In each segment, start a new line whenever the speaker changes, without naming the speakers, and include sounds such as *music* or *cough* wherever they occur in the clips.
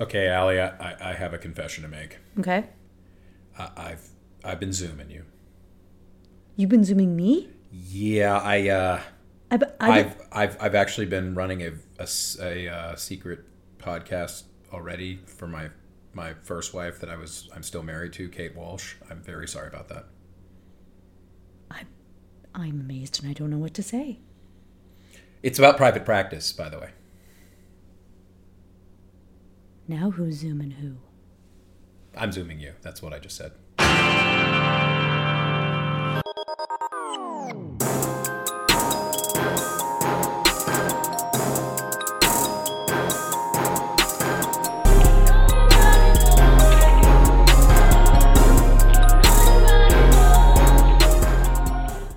Okay, Allie, I, I, I have a confession to make.
Okay.
I, I've I've been zooming you.
You've been zooming me?
Yeah, I uh,
I, I,
I've I've I've actually been running a a s- a, uh, secret podcast already for my my first wife that I was I'm still married to, Kate Walsh. I'm very sorry about that.
I'm amazed and I don't know what to say.
It's about private practice, by the way.
Now who's zooming who?
I'm zooming you. That's what I just said.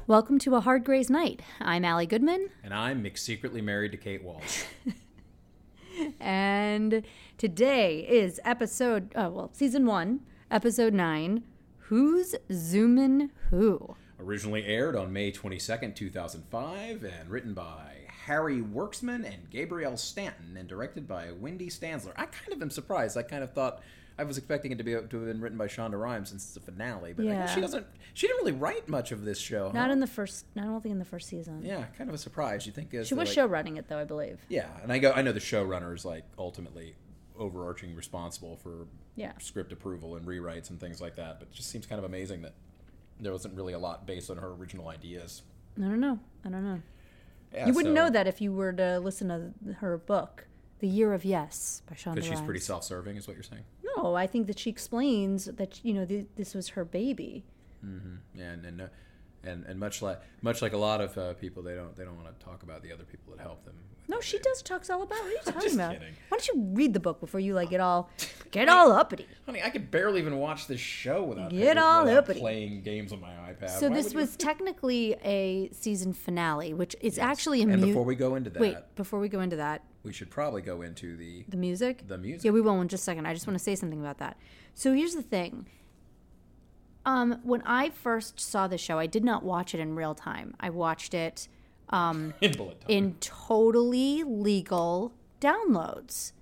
Welcome to A Hard Gray's Night. I'm Allie Goodman,
And I'm secretly married to Kate Walsh.
and today is episode, oh, well, season one, episode nine Who's Zooming Who?
Originally aired on May 22nd, 2005, and written by Harry Worksman and Gabrielle Stanton, and directed by Wendy Stansler. I kind of am surprised. I kind of thought I was expecting it to be to have been written by Shonda Rhimes since it's a finale, but I guess
Yeah.
she doesn't. She didn't really write much of this show.
Not
huh?
in the first, I don't think in the first season.
yeah, kind of a surprise. You think
She was
like,
show running it, though, I believe.
Yeah, and I go. I know the showrunner is like ultimately overarching responsible for
Yeah.
script approval and rewrites and things like that. But it just seems kind of amazing that there wasn't really a lot based on her original ideas.
I don't know. I don't know.
Yeah,
you wouldn't
so-
know that if you were to listen to her book, The Year of Yes by Shonda
Because she's pretty
Rhimes.
self-serving, is what you're saying.
No, I think that she explains that you know th- this was her baby.
And and uh, and and much like much like a lot of uh, people, they don't they don't want to talk about the other people that help them.
No, she does talks all about. What
*laughs*
are you talking
just
about?
kidding.
Why don't you read the book before you like
*laughs*
get all get all uppity?
Honey, I could barely even watch this show without
Get
without
all uppity.
playing games on my iPad.
So
Uh, Why
this
would you-
was
*laughs*
technically a season finale, which is actually a
And
mu-
before we go into that,
wait before we go into that
we should probably go into the
the music.
the music.
Yeah, we will in just a second. I just want to say something about that. So here's the thing. Um, when I first saw the show, I did not watch it in real time. I watched it
in bullet time.
in totally legal downloads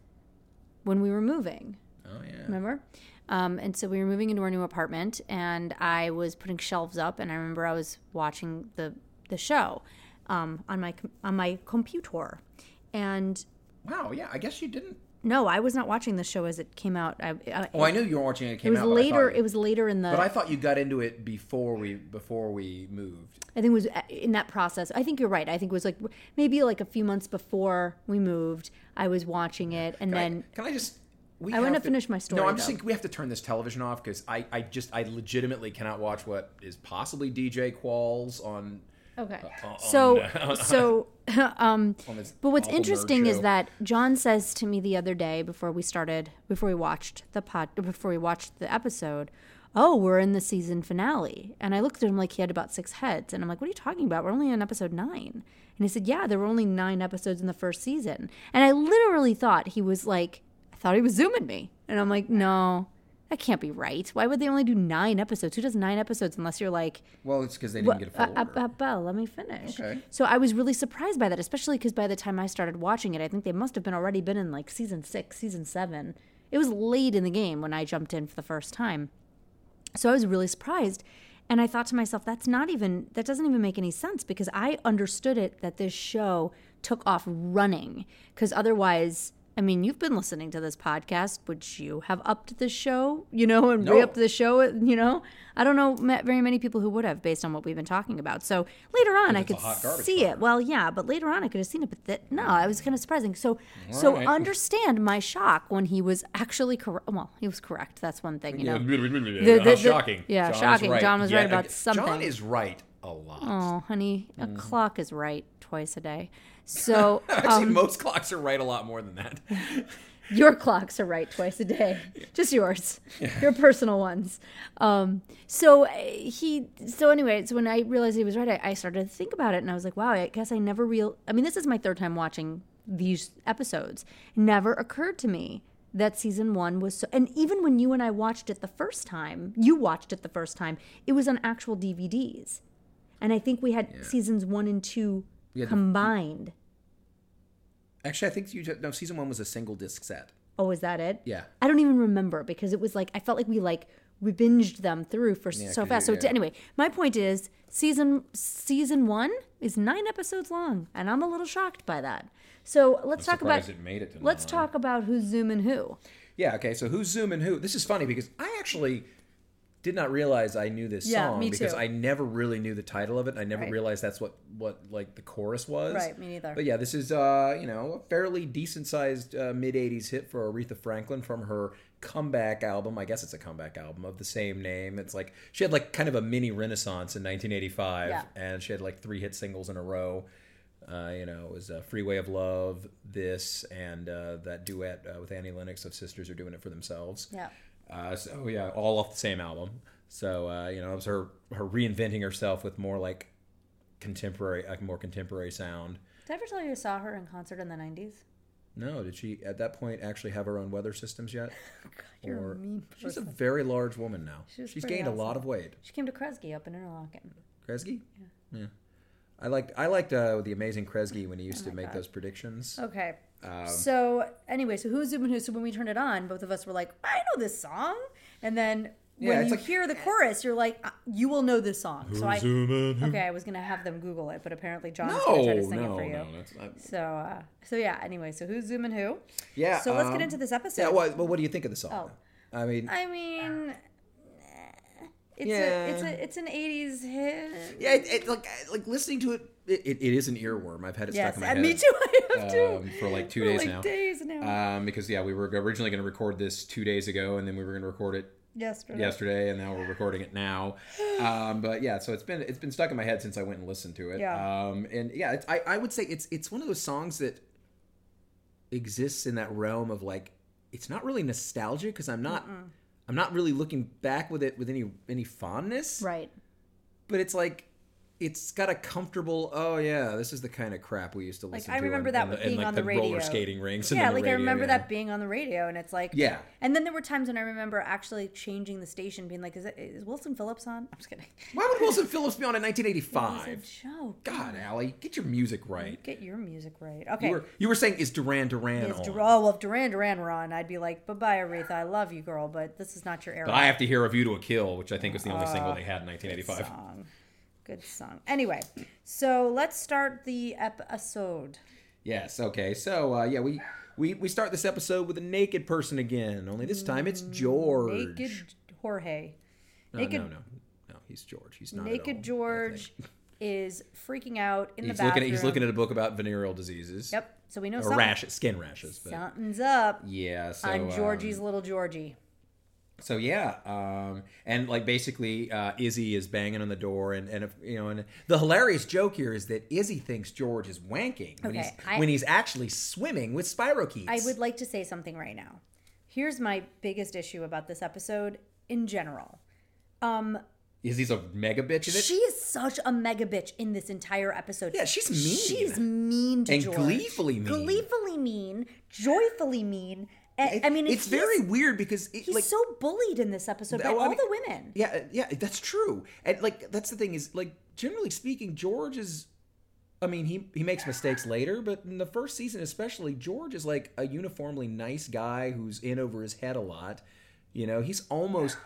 when we were moving.
oh yeah.
Remember? Um, and so we were moving into our new apartment, and I was putting shelves up, and I remember I was watching the the show um, on my com- on my computer, and
Wow. Yeah. I guess you didn't.
no, I was not watching the show as it came out. I, I,
Oh, I knew you were watching it. when It
it
came
was
out.
later.
But I, thought,
It was uh, later in the.
but
I,
I thought you got into it before we before we moved.
think it was uh, in that process. I think you're right. I think it was like maybe like a few months before we moved. I was watching it, and
Can I-
then
can I just? We
I wanna
have
finish my story,
No, I'm just
though.
thinking we have to turn this television off because I, I just, I legitimately cannot watch what is possibly DJ Qualls on.
Okay.
on-
So
*laughs* on-
so *laughs* um
on this
but what's
awful nerd
interesting is
show.
that John says to me the other day before we started before we watched the pod before we watched the episode, "Oh, we're in the season finale." And I looked at him like he had about 6 heads and I'm like, "What are you talking about? We're only on episode 9." And he said, "Yeah, there were only 9 episodes in the first season." And I literally thought he was like I thought he was zooming me. And I'm like, "No, that can't be right. Why would they only do 9 episodes? Who does 9 episodes unless you're like
Well, it's because they didn't get a full
uh, uh,
order.
uh, Belle, let me finish.
Okay.
So I was really surprised by that, especially because by the time I started watching it, I think they must have been already been in like season six, season seven. It was late in the game when I jumped in for the first time. So I was really surprised. And I thought to myself, that's not even, that doesn't even make any sense because I understood it that this show took off running. Because otherwise, I mean, you've been listening to this podcast. Would you have upped the show, you know, and
No.
re upped the show, you know? I don't know ma- very many people who would have based on what we've been talking about. So later on, I
it's a
could
hot garbage
see it. Well, yeah, but later on, I could have seen it. But that, no, I was kind of surprising. So, so
right.
understand my shock when he was actually correct. Well, he was correct. That's one thing, you know.
the,
the-
shocking.
yeah,
John's
shocking.
right.
John was right
Yeah,
about
I- John
something.
is right a lot.
Oh, honey, a clock is right twice a day. So
Actually, most clocks are right a lot more than
*laughs*
that.
your clocks are right twice a day, just yours, your personal ones. Um, so uh, he, so anyway, so when I realized he was right, I, I started to think about it, and I was like, wow, I guess I never real. I mean, this is my third time watching these episodes. Never occurred to me that season one was so. And even when you and I watched it the first time, you watched it the first time, it was on actual DVDs, and I think we had seasons one and two
had the-
combined.
Actually, I think you just, no. Season one was a single disc set.
Oh, is that it?
Yeah.
I don't even remember because it was like I felt like we like we binged them through for s-
Yeah,
so
'cause
fast.
you-
So
yeah.
t- anyway, my point is season season one is nine episodes long, and I'm a little shocked by that. So let's talk about
surprised it made it to
let's
nine.
talk about who's zooming who.
Yeah, okay, so who's Zoom and who? This is funny because I actually did not realize I knew this
Yeah,
song
me
because
too.
I never really knew the title of it. I never
Right.
realized that's what what like the chorus was.
Right, me neither.
But yeah, this is uh, you know, a fairly decent sized uh, mid 80s hit for Aretha Franklin from her comeback album. I guess it's a comeback album of the same name. It's like she had like kind of a mini renaissance in 1985
Yeah.
and she had like three hit singles in a row. Uh, you know, it was uh, Freeway of Love, this, and uh, that duet uh, with Annie Lennox of Sisters Are Doing It For Themselves.
Yeah.
Uh, so, yeah, all off the same album. So, uh, you know, it was her, her reinventing herself with more like contemporary, like more contemporary sound.
Did I ever tell you I saw her in concert in the nineties?
No, did she at that point actually have her own weather systems
*laughs*
yet?
you're a mean
she's a very large woman now.
She was
she's
pretty
gained a lot
awesome.
of weight.
She came to Kresge up in Interlochen.
Kresge? Yeah. I liked I liked uh, the amazing Kresge when he
Oh
used to make those predictions.
Okay.
Um,
so anyway, so who's zooming who? So when we turned it on, both of us were like, I know this song. And then
Yeah,
when
it's
you
like-
hear the chorus, you're like, "Uh, you will know this song. so I
Zoom in.
okay, I was gonna have them Google it, but apparently John's
No,
gonna try to sing
no,
it for you.
no. That's not,
So uh, so yeah. Anyway, so who's zooming who?
yeah.
So let's
um,
get into this episode.
Yeah, well, well, what do you think of the song?
Oh.
I mean,
I mean, eh, it's
Yeah.
a it's a it's an '80s hit.
yeah, it, it, like like listening to it, it, it, it is an earworm. I've had it stuck
Yes,
in my head.
and me too. *laughs* I have too.
Um, for like two
For
days
like
now.
days now.
Um, because yeah, we were originally going to record this two days ago, and then we were going to record it
yesterday.
yesterday and now we're recording it now um, but yeah so it's been it's been stuck in my head since i went and listened to it
Yeah.
um, and yeah it's, I, I would say it's it's one of those songs that exists in that realm of like it's not really nostalgia because i'm not i'm not really looking back with it with any any fondness
Right.
but it's like it's got a comfortable oh yeah this is the kind of crap we used to listen
I
to
remember
in-
that
in the- in,
being
like,
on the
roller
radio.
skating rinks and
Yeah,
then the
like I
radio,
remember
yeah.
that being on the radio, and it's like
Yeah.
And then there were times when I remember actually changing the station, being like, "Is, it, is Wilson Phillips on?" *laughs* I'm just kidding.
why would wilson phillips be on in
It
1985
*laughs* was a joke.
god Allie, get your music right
Get your music right. Okay.
You were you were saying is Duran Duran
Is
on?
Dur- oh, well, if Duran Duran were on, I'd be like, "Bye bye, Aretha. I love you, girl, but this is not your era."
But I have to hear "A View to a Kill," which I think was the only
Uh,
single they had in 1985.
song. Good song. Anyway, so let's start the episode.
Yes. Okay. So uh, yeah, we, we we start this episode with a naked person again. Only this time it's George.
Mm, Naked Jorge.
No,
naked-
no, no, no. He's George. He's not. at all
Naked George is freaking out in
He's
the bathroom.
looking. At, he's looking at a book about venereal diseases.
Yep. So we know
Or
something.
rash, skin rashes. But
Something's up.
yeah. So
I'm
um,
Georgie's little Georgie.
So yeah, um, and like basically, uh, Izzy is banging on the door, and and if- you know, and the hilarious joke here is that Izzy thinks George is wanking when,
Okay,
he's,
I-
when he's actually swimming with spirochetes.
I would like to say something right now. Here's my biggest issue about this episode in general. Um,
Izzy's a mega bitch in it.
she is such a mega bitch in this entire episode.
yeah, she's mean.
She's mean to
And
George.
gleefully mean.
Gleefully mean. Joyfully mean. And, I mean,
it's
he's-
very weird because it,
He's
like
so bullied in this episode by
Well, I
all
mean-
the women.
yeah, uh, yeah, that's true. And like that's the thing is like generally speaking, George is. I mean, he he makes mistakes later, but in the first season especially, George is like a uniformly nice guy who's in over his head a lot. You know, he's almost,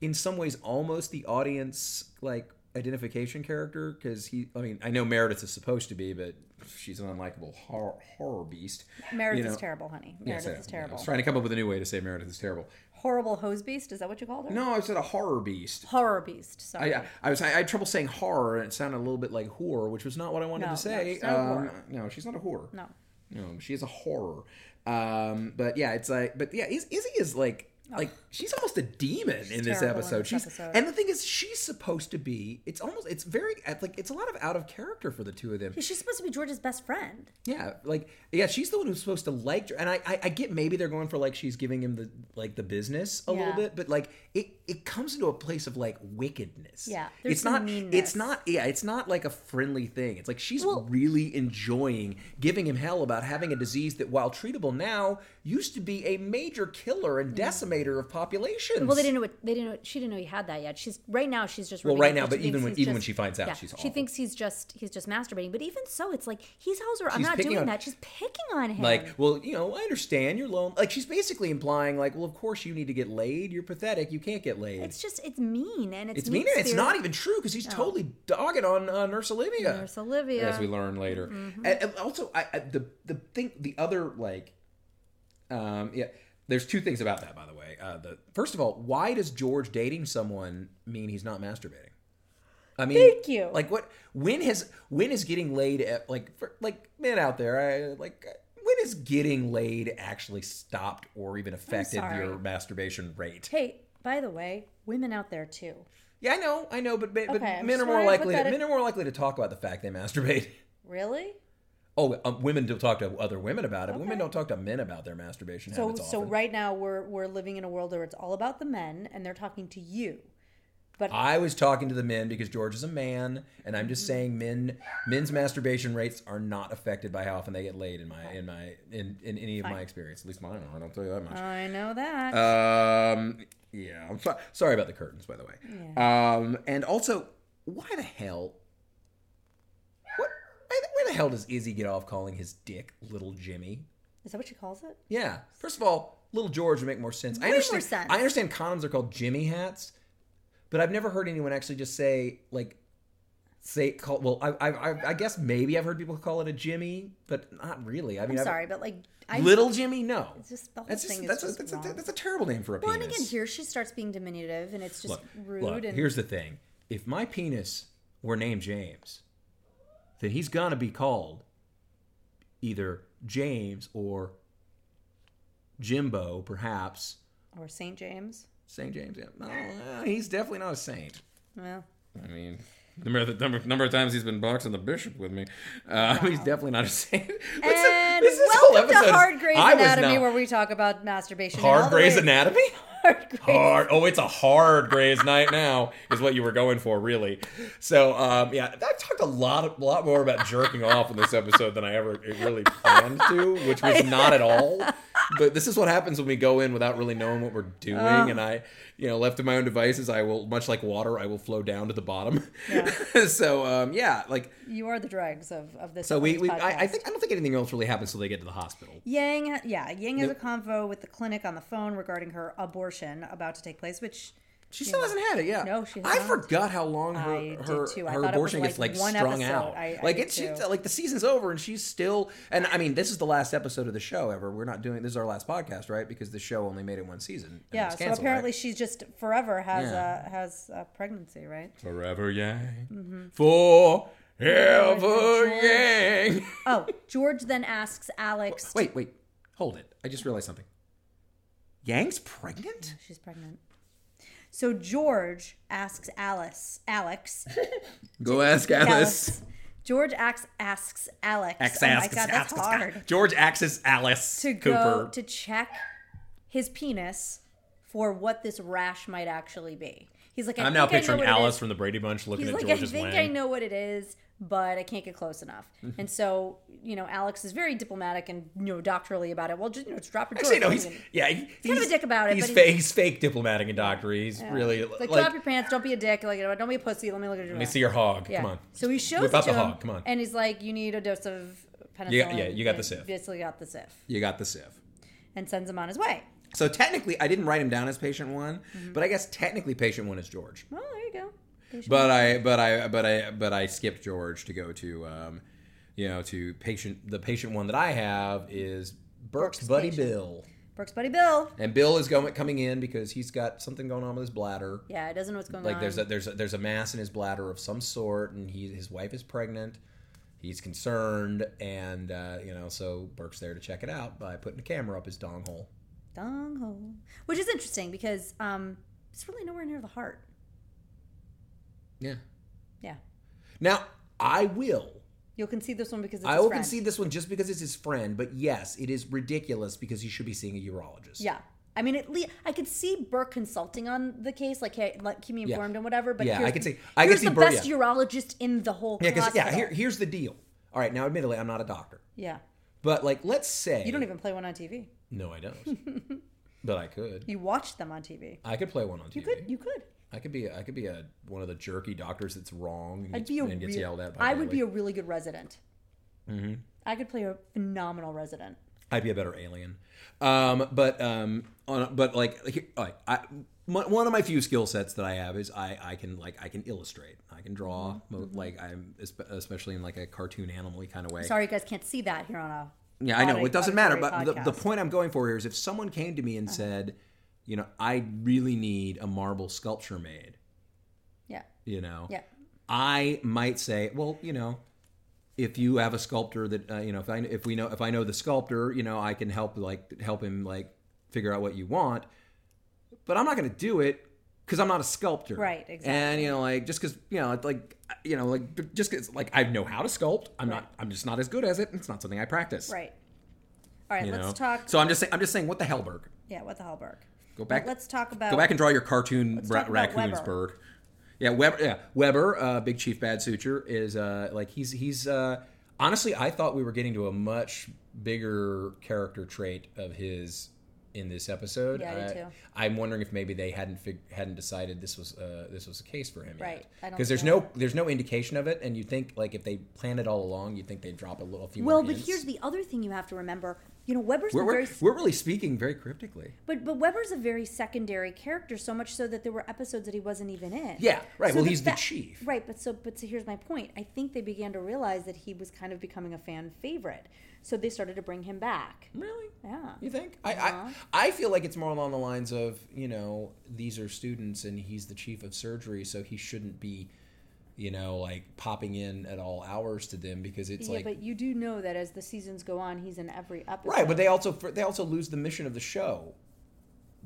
in some ways, almost the audience like identification character because he. I mean, I know Meredith is supposed to be, but she's an unlikable horror, horror beast.
Meredith
you know-
is terrible, honey.
Yes,
Meredith
I-
is
I
terrible.
was trying to come up with a new way to say Meredith is terrible.
Horrible hose beast. Is that what you called her?
No, Oh, I said a horror beast.
Horror beast. Sorry.
I, I was I had trouble saying horror and it sounded a little bit like whore, which was not what I wanted to
No, no,
say.
she's not a
Um,
whore.
no, she's not a whore.
no.
No, she is a horror. Um, but yeah, it's like, but yeah, Iz- Izzy is like, like she's almost a demon in this
Oh. terrible in
episode.
this
she's
episode.
and the thing is, she's supposed to be. It's almost, it's very like, it's a lot of out of character for the two of them.
She's supposed to be George's best friend.
Yeah, like yeah, she's the one who's supposed to like, Dr- and I, I, I get maybe they're going for like she's giving him the like the business a little
Yeah.
bit, but like it, it comes into a place of like wickedness.
Yeah, there's
it's
some
not, it's
meanness.
not, yeah, it's not like a friendly thing. It's like she's really enjoying giving him hell about having a disease that, while treatable now, used to be a major killer and decimated regulator of populations.
Well, they didn't know what they didn't know. She didn't know he had that yet. She's right now. She's just
Well,
rubbing
right
it,
now,
she
but even
thinks
when-
he's
even when she finds out,
yeah,
she's
she
awful.
thinks he's just he's just masturbating. But even so, it's like he's Hauser. I'm
She's
not
picking
doing
on-
that. She's picking on him.
Like, well, you know, I understand you're lonely. Like, she's basically implying, like, well, of course you need to get laid. You're pathetic. You can't get laid.
it's just it's mean and it's
It's mean. and It's not
mean-spirited.
even true because he's totally dogging on uh, Nurse Olivia.
Nurse Olivia. Mm-hmm.
as we learn later. And, and also, I, I, the the thing, the other like, um, yeah. There's two things about that, by the way. Uh, the first of all, why does George dating someone mean he's not masturbating? I mean,
Thank you.
Like, what? When has when is getting laid at, like for, like men out there? I like when is getting laid actually stopped or even affected
sorry.
your masturbation rate?
Hey, by the way, women out there too.
Yeah, I know, I know, but, but, but
Okay, I'm
men are
just
more
wondering what
likely to,
that is-
men are more likely to talk about the fact they masturbate. *laughs*
Really?
Oh, um, women don't talk to other women about it. Women don't talk to men about their masturbation
So
habits
so
often.
right now we're we're living in a world where it's all about the men and they're talking to you.
I was talking to the men because George is a man, and I'm
Mm-hmm.
just saying men men's masturbation rates are not affected by how often they get laid in my in my in, in any of my experience. At least mine are. I don't tell you that much.
I know that.
Uh, Um, yeah, I'm so- sorry about the curtains, by the way. Um, and also, why the hell? What? Where the- where the hell does Izzy get off calling his dick little Jimmy?
Is that what she calls it?
Yeah. First of all, little George would make more sense. I
Way more
understand.
sense.
I understand condoms are called Jimmy hats, but I've never heard anyone actually just say like say call. Well, I I, I- I guess maybe I've heard people call it a Jimmy, but not really. I mean,
I'm
I've-
sorry, but like I
little Jimmy. No,
it's just the whole
that's just
thing is
that's a,
just
that's,
wrong.
a, that's a terrible name for a
Well, and
penis.
again, here she starts being diminutive, and it's just
look,
rude.
look,
and
here's the thing: if my penis were named James, then he's gonna be called either James or Jimbo, perhaps.
or St. James.
St. James. Yeah. No, uh, he's definitely not a saint.
Well,
I mean, number the number, number of times he's been boxing the bishop with me, uh, *laughs* he's definitely not a saint. *laughs* Listen,
and
this- this whole
welcome
episode
to
is-
Hard Grey's
I was
Anatomy,
not-
where we talk about masturbation. and all
hard
the
Grey's
ways-
Anatomy.
Hard Grey's-
Hard. Oh, it's a hard Grey's night now is what you were going for, really. So, um, yeah, I've talked a lot, a lot more about jerking off in this episode than I ever really planned to, which was not at all. But this is what happens when we go in without really knowing what we're doing, and I, you know, left to my own devices, I will, much like water, I will flow down to the bottom. *laughs* so, um, yeah, like
You are the drugs of, of this.
so, we, we
podcast.
I, I think I don't think anything else really happens till they get to the hospital.
Yang, ha- yeah, Yang has a convo with the clinic on the phone regarding her abortion about to take place, which
She still hasn't had it, yeah.
No, she has
I
not.
forgot how long her
I did
her,
too. I
her
thought it
abortion
was,
gets like
like, one
strung
episode.
out.
I- I
like
did
it's she's
too.
like the season's over and she's still. And I mean, this is the last episode of the show ever. We're not doing this is our last podcast, right? Because the show only made it one season. and
yeah.
it's
So
canceled,
apparently
right?
she's just forever has
Yeah.
a has a pregnancy, right?
forever yang
Mm-hmm.
forever yang.
Oh, George then asks Alex.
*laughs* wait, wait, hold it! I just realized something. Yang's pregnant.
She's pregnant. So George asks Alice.
*laughs*
Alex.
Go ask Alice.
Alice. George asks asks Alex.
X
oh my
asks
god, that's
asks-
hard.
George asks Alice
To
Cooper.
go to check his penis for what this rash might actually be. He's like, I
I'm now
think I know
picturing
what it
Alice
is.
from the Brady Bunch looking
He's
at
like, I
George's
think
wang. Mm-hmm.
I know what it is, but I can't get close enough. And so, you know, Alex is very diplomatic and you know doctorally about it. Well, just you know, just drop your
Actually,
drawers.
no, he's yeah, he- he's,
of a dick about it,
He's
but
fake,
he's-
he's fake diplomatic and doctory. He's really like,
like, drop your pants, don't be a dick, like you know, don't be a pussy. Let me look at your.
let me see your hog. Come on.
So he shows
Whip
it
out
to
the
him,
hog. Come on.
and he's like, "You need a dose of penicillin."
yeah, you got the
and
sip.
Basically, got the sif,
you got the sieve.
and sends him on his way.
So technically, I didn't write him down as patient one,
Mm-hmm.
but I guess technically patient one is George.
Well, Oh, there you go. Patient-
But I, but I, but I, but I skipped George to go to, um, you know, to patient. The patient one that I have is Burke's,
Burke's
buddy
patient.
Bill,
Brooks' buddy Bill.
and Bill is going coming in because he's got something going on with his bladder.
Yeah, he doesn't know what's going
like
on.
there's a there's a, there's a mass in his bladder of some sort, and he his wife is pregnant. He's concerned, and uh, you know, so Burke's there to check it out by putting a camera up his dong hole.
dung hole, which is interesting because um, it's really nowhere near the heart.
Yeah.
Yeah,
Now I will.
you'll concede this one because it's
I
his
will
friend.
concede this one just because it's his friend, but yes, it is ridiculous because he should be seeing a urologist.
Yeah. I mean, at least I could see Burke consulting on the case, like, hey, like keep me informed and whatever. But
Yeah, I
here's
could
the-
see- I could
here's
see
the
Burke,
best
yeah.
urologist in the whole
Yeah, 'cause-
hospital.
yeah. Here, here's the deal. All right, now admittedly, I'm not a doctor,
yeah,
but like, let's say
you don't even play one on TV. *laughs*
No, I don't. But I could.
You watched them on TV.
I could play one on TV.
You could. You could.
I could be. I could be a one of the jerky doctors that's wrong and
I'd
gets,
be a
and gets
real-
yelled at. By Mm-hmm.
I would be
Bailey.
a really good resident. I could play a phenomenal resident.
I'd be a better alien. Um, but um, on but like, here- like I, my, one of my few skill sets that I have is I, I can like I can illustrate. I can draw.
Mm-hmm.
mo- Like I'm espe- especially in like a cartoon animal kind of way.
Sorry, you guys can't see that here on a.
Yeah, I know
audi-
it doesn't matter. But
auditory
the, the
podcast. Uh-huh.
point I'm going for here is if someone came to me and said, you know, I really need a marble sculpture made.
Yeah.
You know.
Yeah.
I might say, well, you know, if you have a sculptor that uh, you know, if I if we know if I know the sculptor, you know, I can help like help him like figure out what you want. But I'm not going to do it because I'm not a sculptor,
Right, exactly.
And you know, like just because you know, it's like you know, like just 'cause, like I know how to sculpt, I'm not. I'm just not as good as it. It's not something I practice.
Right. All right.
You
Let's
know?
talk.
So I'm just saying. I'm just saying. What the hell, Berg?
yeah. What the hell, Berg?
Go back.
Let's talk about.
Go back and draw your cartoon ra-
talk about
raccoons,
Weber.
Berg. Yeah, Weber. Yeah, Weber. Uh, Big Chief Bad Suture is uh, like he's he's. Uh, honestly, I thought we were getting to a much bigger character trait of his in this episode.
Yeah, I did
I-
too.
I'm wondering if maybe they hadn't fig- hadn't decided this was uh, this was a case for him
Right. I don't
Because there's
know.
no there's no indication of it, and you think like if they planned it all along, you think they'd drop a little a few.
well,
more
but
hints.
here's the other thing you have to remember. You know, Weber's
we're,
a very
we're, we're really speaking very cryptically.
But but Weber's a very secondary character, so much so that there were episodes that he wasn't even in.
Yeah, right. Well,
the
he's the chief.
Right, but so but so here's my point. I think they began to realize that he was kind of becoming a fan favorite, so they started to bring him back.
Really?
Yeah.
You think? I,
Uh-huh.
I I feel like it's more along the lines of you know these are students and he's the chief of surgery, so he shouldn't be, you know, like popping in at all hours to them because it's
yeah,
like
but you do know that as the seasons go on, he's in every episode.
right. But they also they also lose the mission of the show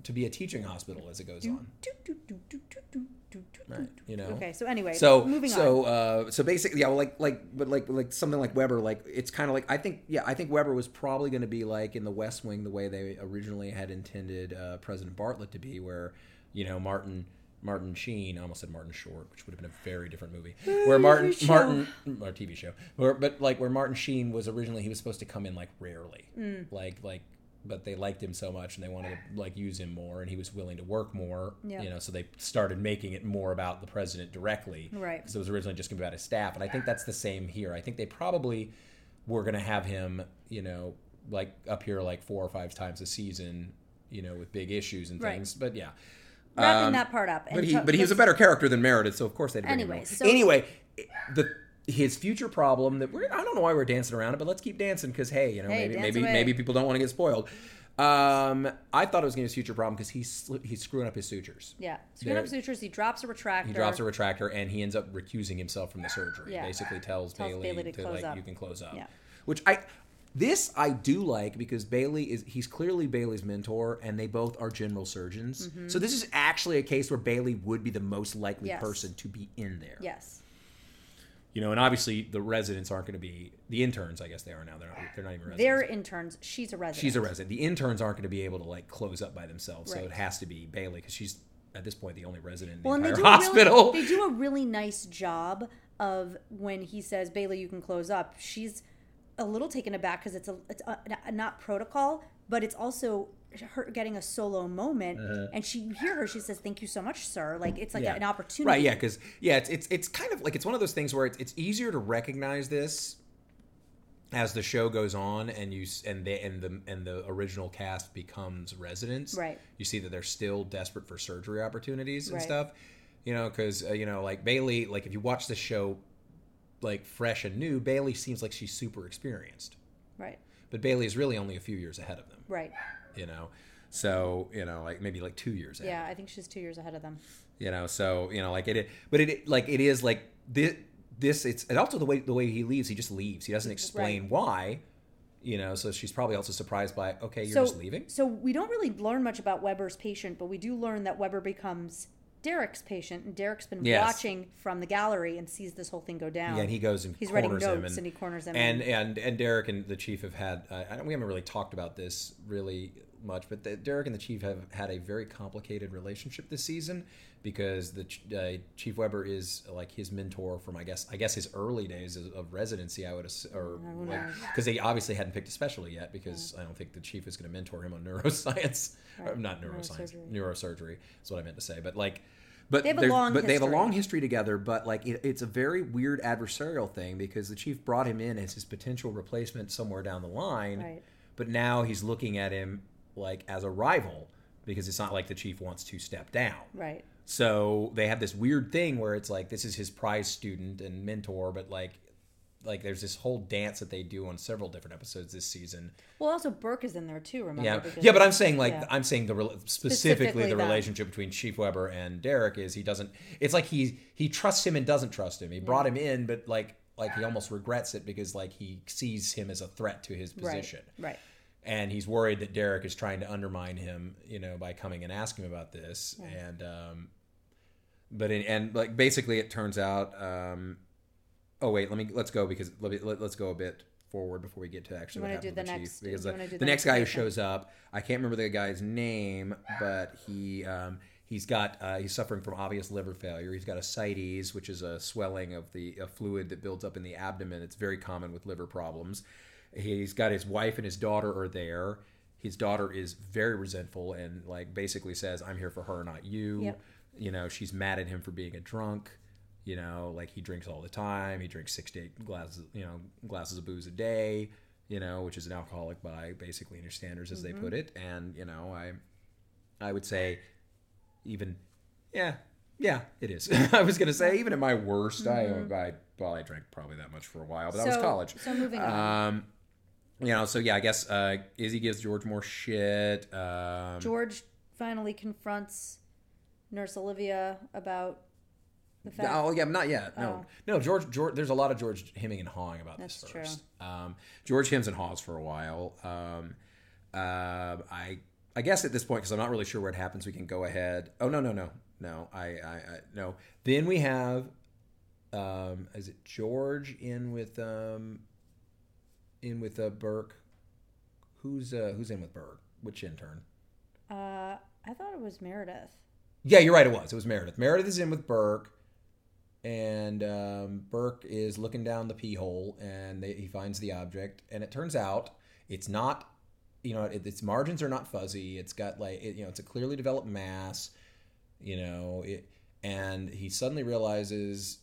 to be a teaching hospital as it goes on.
Do, do, do, do, do, do, do, do,
Right,
do.
you know.
Okay, so anyway,
So
moving on.
so uh, so basically, yeah, well, like like but like like something like Weber, like it's kind of like I think yeah, I think Weber was probably going to be like in the West Wing the way they originally had intended uh, President Bartlett to be, where you know Martin. Martin Sheen, I almost said Martin Short, which would have been a very different movie. Where Martin,
show.
Martin, mm, or TV show, where, but like where Martin Sheen was originally, he was supposed to come in like rarely,
Mm.
like like, but they liked him so much and they wanted to like use him more, and he was willing to work more,
Yeah.
you know. So they started making it more about the president directly,
Right.
Because it was originally just going to be about his staff, and I think that's the same here. I think they probably were going to have him, you know, like up here like four or five times a season, you know, with big issues and
Right.
things. But yeah,
wrapping
um,
that part up.
but
and
he
ta-
but he was a
let's-
better character than Meredith, so of course they'd bring him
Anyway,
along.
so-
anyway, the his future problem that we're I don't know why we're dancing around it, but let's keep dancing because hey, you know
Hey,
maybe
dance
maybe
away.
maybe people don't want to get spoiled. Um, I thought it was going to be his future problem because he's he's screwing up his sutures.
Yeah, screwing up
There-
sutures. He drops a retractor.
He drops a retractor and he ends up recusing himself from the surgery.
Yeah.
Basically tells,
Tells
Bailey,
Bailey to
to,
close
like
up.
you can close up.
Yeah.
Which I this I do like because Bailey is he's clearly Bailey's mentor and they both are general surgeons. So this is actually a case where Bailey would be the most likely
Mm-hmm. Yes.
person to be in there.
Yes.
You know, and obviously the residents aren't going to be the interns, I guess they are now. They're not they're not even residents.
They're interns. She's a resident.
she's a resident. The interns aren't going to be able to like close up by themselves. So
Right.
it has to be Bailey cuz she's at this point the only resident in the
Well, and they
entire
do
hospital.
A really, they do a really nice job of when he says Bailey, you can close up. She's a little taken aback because it's a it's a, a- not protocol, but it's also her getting a solo moment. And she you hear her. She says, "Thank you so much, sir." Like it's like
Uh-huh. Yeah.
an opportunity.
Right, yeah, because yeah, it's it's it's kind of like it's one of those things where it's it's easier to recognize this as the show goes on and you s- and they and the and the original cast becomes residents.
Right.
You see that they're still desperate for surgery opportunities and
Right.
stuff. You know, because uh, you know, like Bailey, like if you watch the show, like fresh and new, Bailey seems like she's super experienced,
Right.
but Bailey is really only a few years ahead of them.
Right.
You know, so you know, like maybe like two years. ahead
Yeah. I think she's two years ahead of them.
you know so you know like it but it like it is like this this it's and also the way the way he leaves he just leaves he doesn't explain
Right.
why you know so she's probably also surprised by okay you're just leaving
So we don't really learn much about Weber's patient, but we do learn that Weber becomes Derek's patient, and Derek's been
Yes.
watching from the gallery and sees this whole thing go down.
yeah, and he goes and
um, he's
corners
writing
him
notes
and,
and he corners him
and
in.
and and Derek and the chief have had uh, I don't, we haven't really talked about this really much but the, Derek and the chief have had a very complicated relationship this season because the ch- uh, chief Weber is like his mentor from I guess I guess his early days of, of residency I would ass- or because they obviously hadn't picked a specialty yet because I don't think the chief is going to mentor him on neuroscience *laughs* Or not neuroscience, neurosurgery is what I meant to say. But like, but
They have a
there's-
long
but they have a
history.
long history together. But like, it, it's a very weird adversarial thing because the chief brought him in as his potential replacement somewhere down the line,
Right.
but now he's looking at him like as a rival because it's not like the chief wants to step down.
Right.
So they have this weird thing where it's like this is his prize student and mentor, but like like there's this whole dance that they do on several different episodes this season.
Well, also Burke is in there too. Remember?
Yeah,
because-
yeah, but I'm saying like
yeah.
I'm saying the rela- specifically,
Specifically
the
that.
relationship between Chief Weber and Derek is he doesn't. It's like he he trusts him and doesn't trust him. He brought
Mm-hmm.
him in, but like like he almost regrets it because like he sees him as a threat to his position
Right.
and he's worried that Derek is trying to undermine him, you know, by coming and asking him about this. And um, but in, and like basically, it turns out. Um, oh wait, let me let's go because let me let, us go a bit forward before we get to actually what
wanna
happened
do
to
the
the
next-
chief because
you
the,
wanna do
the
the
next
next
guy who
patient?
shows up, I can't remember the guy's name, but he. Um, He's got uh, he's suffering from obvious liver failure. He's got ascites, which is a swelling of the a fluid that builds up in the abdomen. It's very common with liver problems. He's got his wife and his daughter are there. His daughter is very resentful and like basically says, "I'm here for her, not you."
Yep.
You know, she's mad at him for being a drunk. You know, like he drinks all the time. He drinks six to eight glasses, you know, glasses of booze a day. You know, which is an alcoholic by basically in your standards, as they put it. And you know, I, I would say, even, yeah, yeah, it is. *laughs* I was gonna say, even at my worst, I, I, well, I drank probably that much for a while, but that was
So-
college.
So moving on.
Um, you know, so yeah, I guess uh, Izzy gives George more shit. Um,
George finally confronts Nurse Olivia about the fact.
oh yeah, not yet. No,
Oh.
no, George, George. There's a lot of George hemming and hawing about this
That's true.
first. Um, George hems and haws for a while. Um, uh, I, I guess at this point, because I'm not really sure where it happens, we can go ahead. Oh no, no, no, no. I, I, I no. Then we have, um, is it George in with um, in with uh, Burke? Who's uh, who's in with Burke? Which intern?
Uh, I thought it was Meredith.
Yeah, you're right. It was. It was Meredith. Meredith is in with Burke, and um, Burke is looking down the pee hole, and they, he finds the object, and it turns out it's not. You know, it, its margins are not fuzzy. It's got like it, you know, it's a clearly developed mass. You know, it, and he suddenly realizes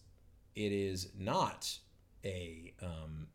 it is not a um,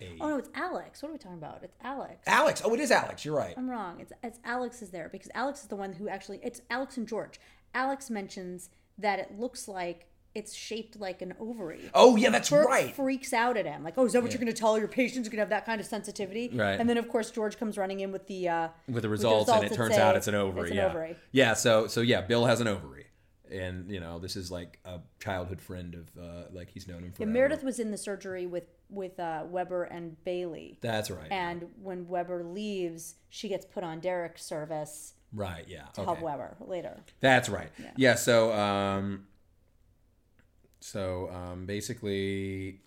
a
Oh no, it's Alex. What are we talking about? It's Alex.
Alex. Oh, it is Alex. You're right.
I'm wrong. It's it's Alex is there because Alex is the one who actually it's Alex and George. Alex mentions that it looks like it's shaped like an ovary.
Oh yeah, that's
Burke
right.
freaks out at him, like, "Oh, is that what you're going to tell your patients? You're going to have that kind of sensitivity?"
Right.
And then, of course, George comes running in with the uh,
with the results, and
results
it
that
turns
say
out it's an ovary.
it's an
yeah.
ovary.
Yeah. So so yeah, Bill has an ovary, and you know this is like a childhood friend of uh, like he's known him for.
Yeah, Meredith was in the surgery with with uh, Weber and Bailey,
That's right.
and when Weber leaves, she gets put on Derek's service
right. Yeah.
to help
Okay.
Weber later.
That's right. Yeah. so um, so um, basically,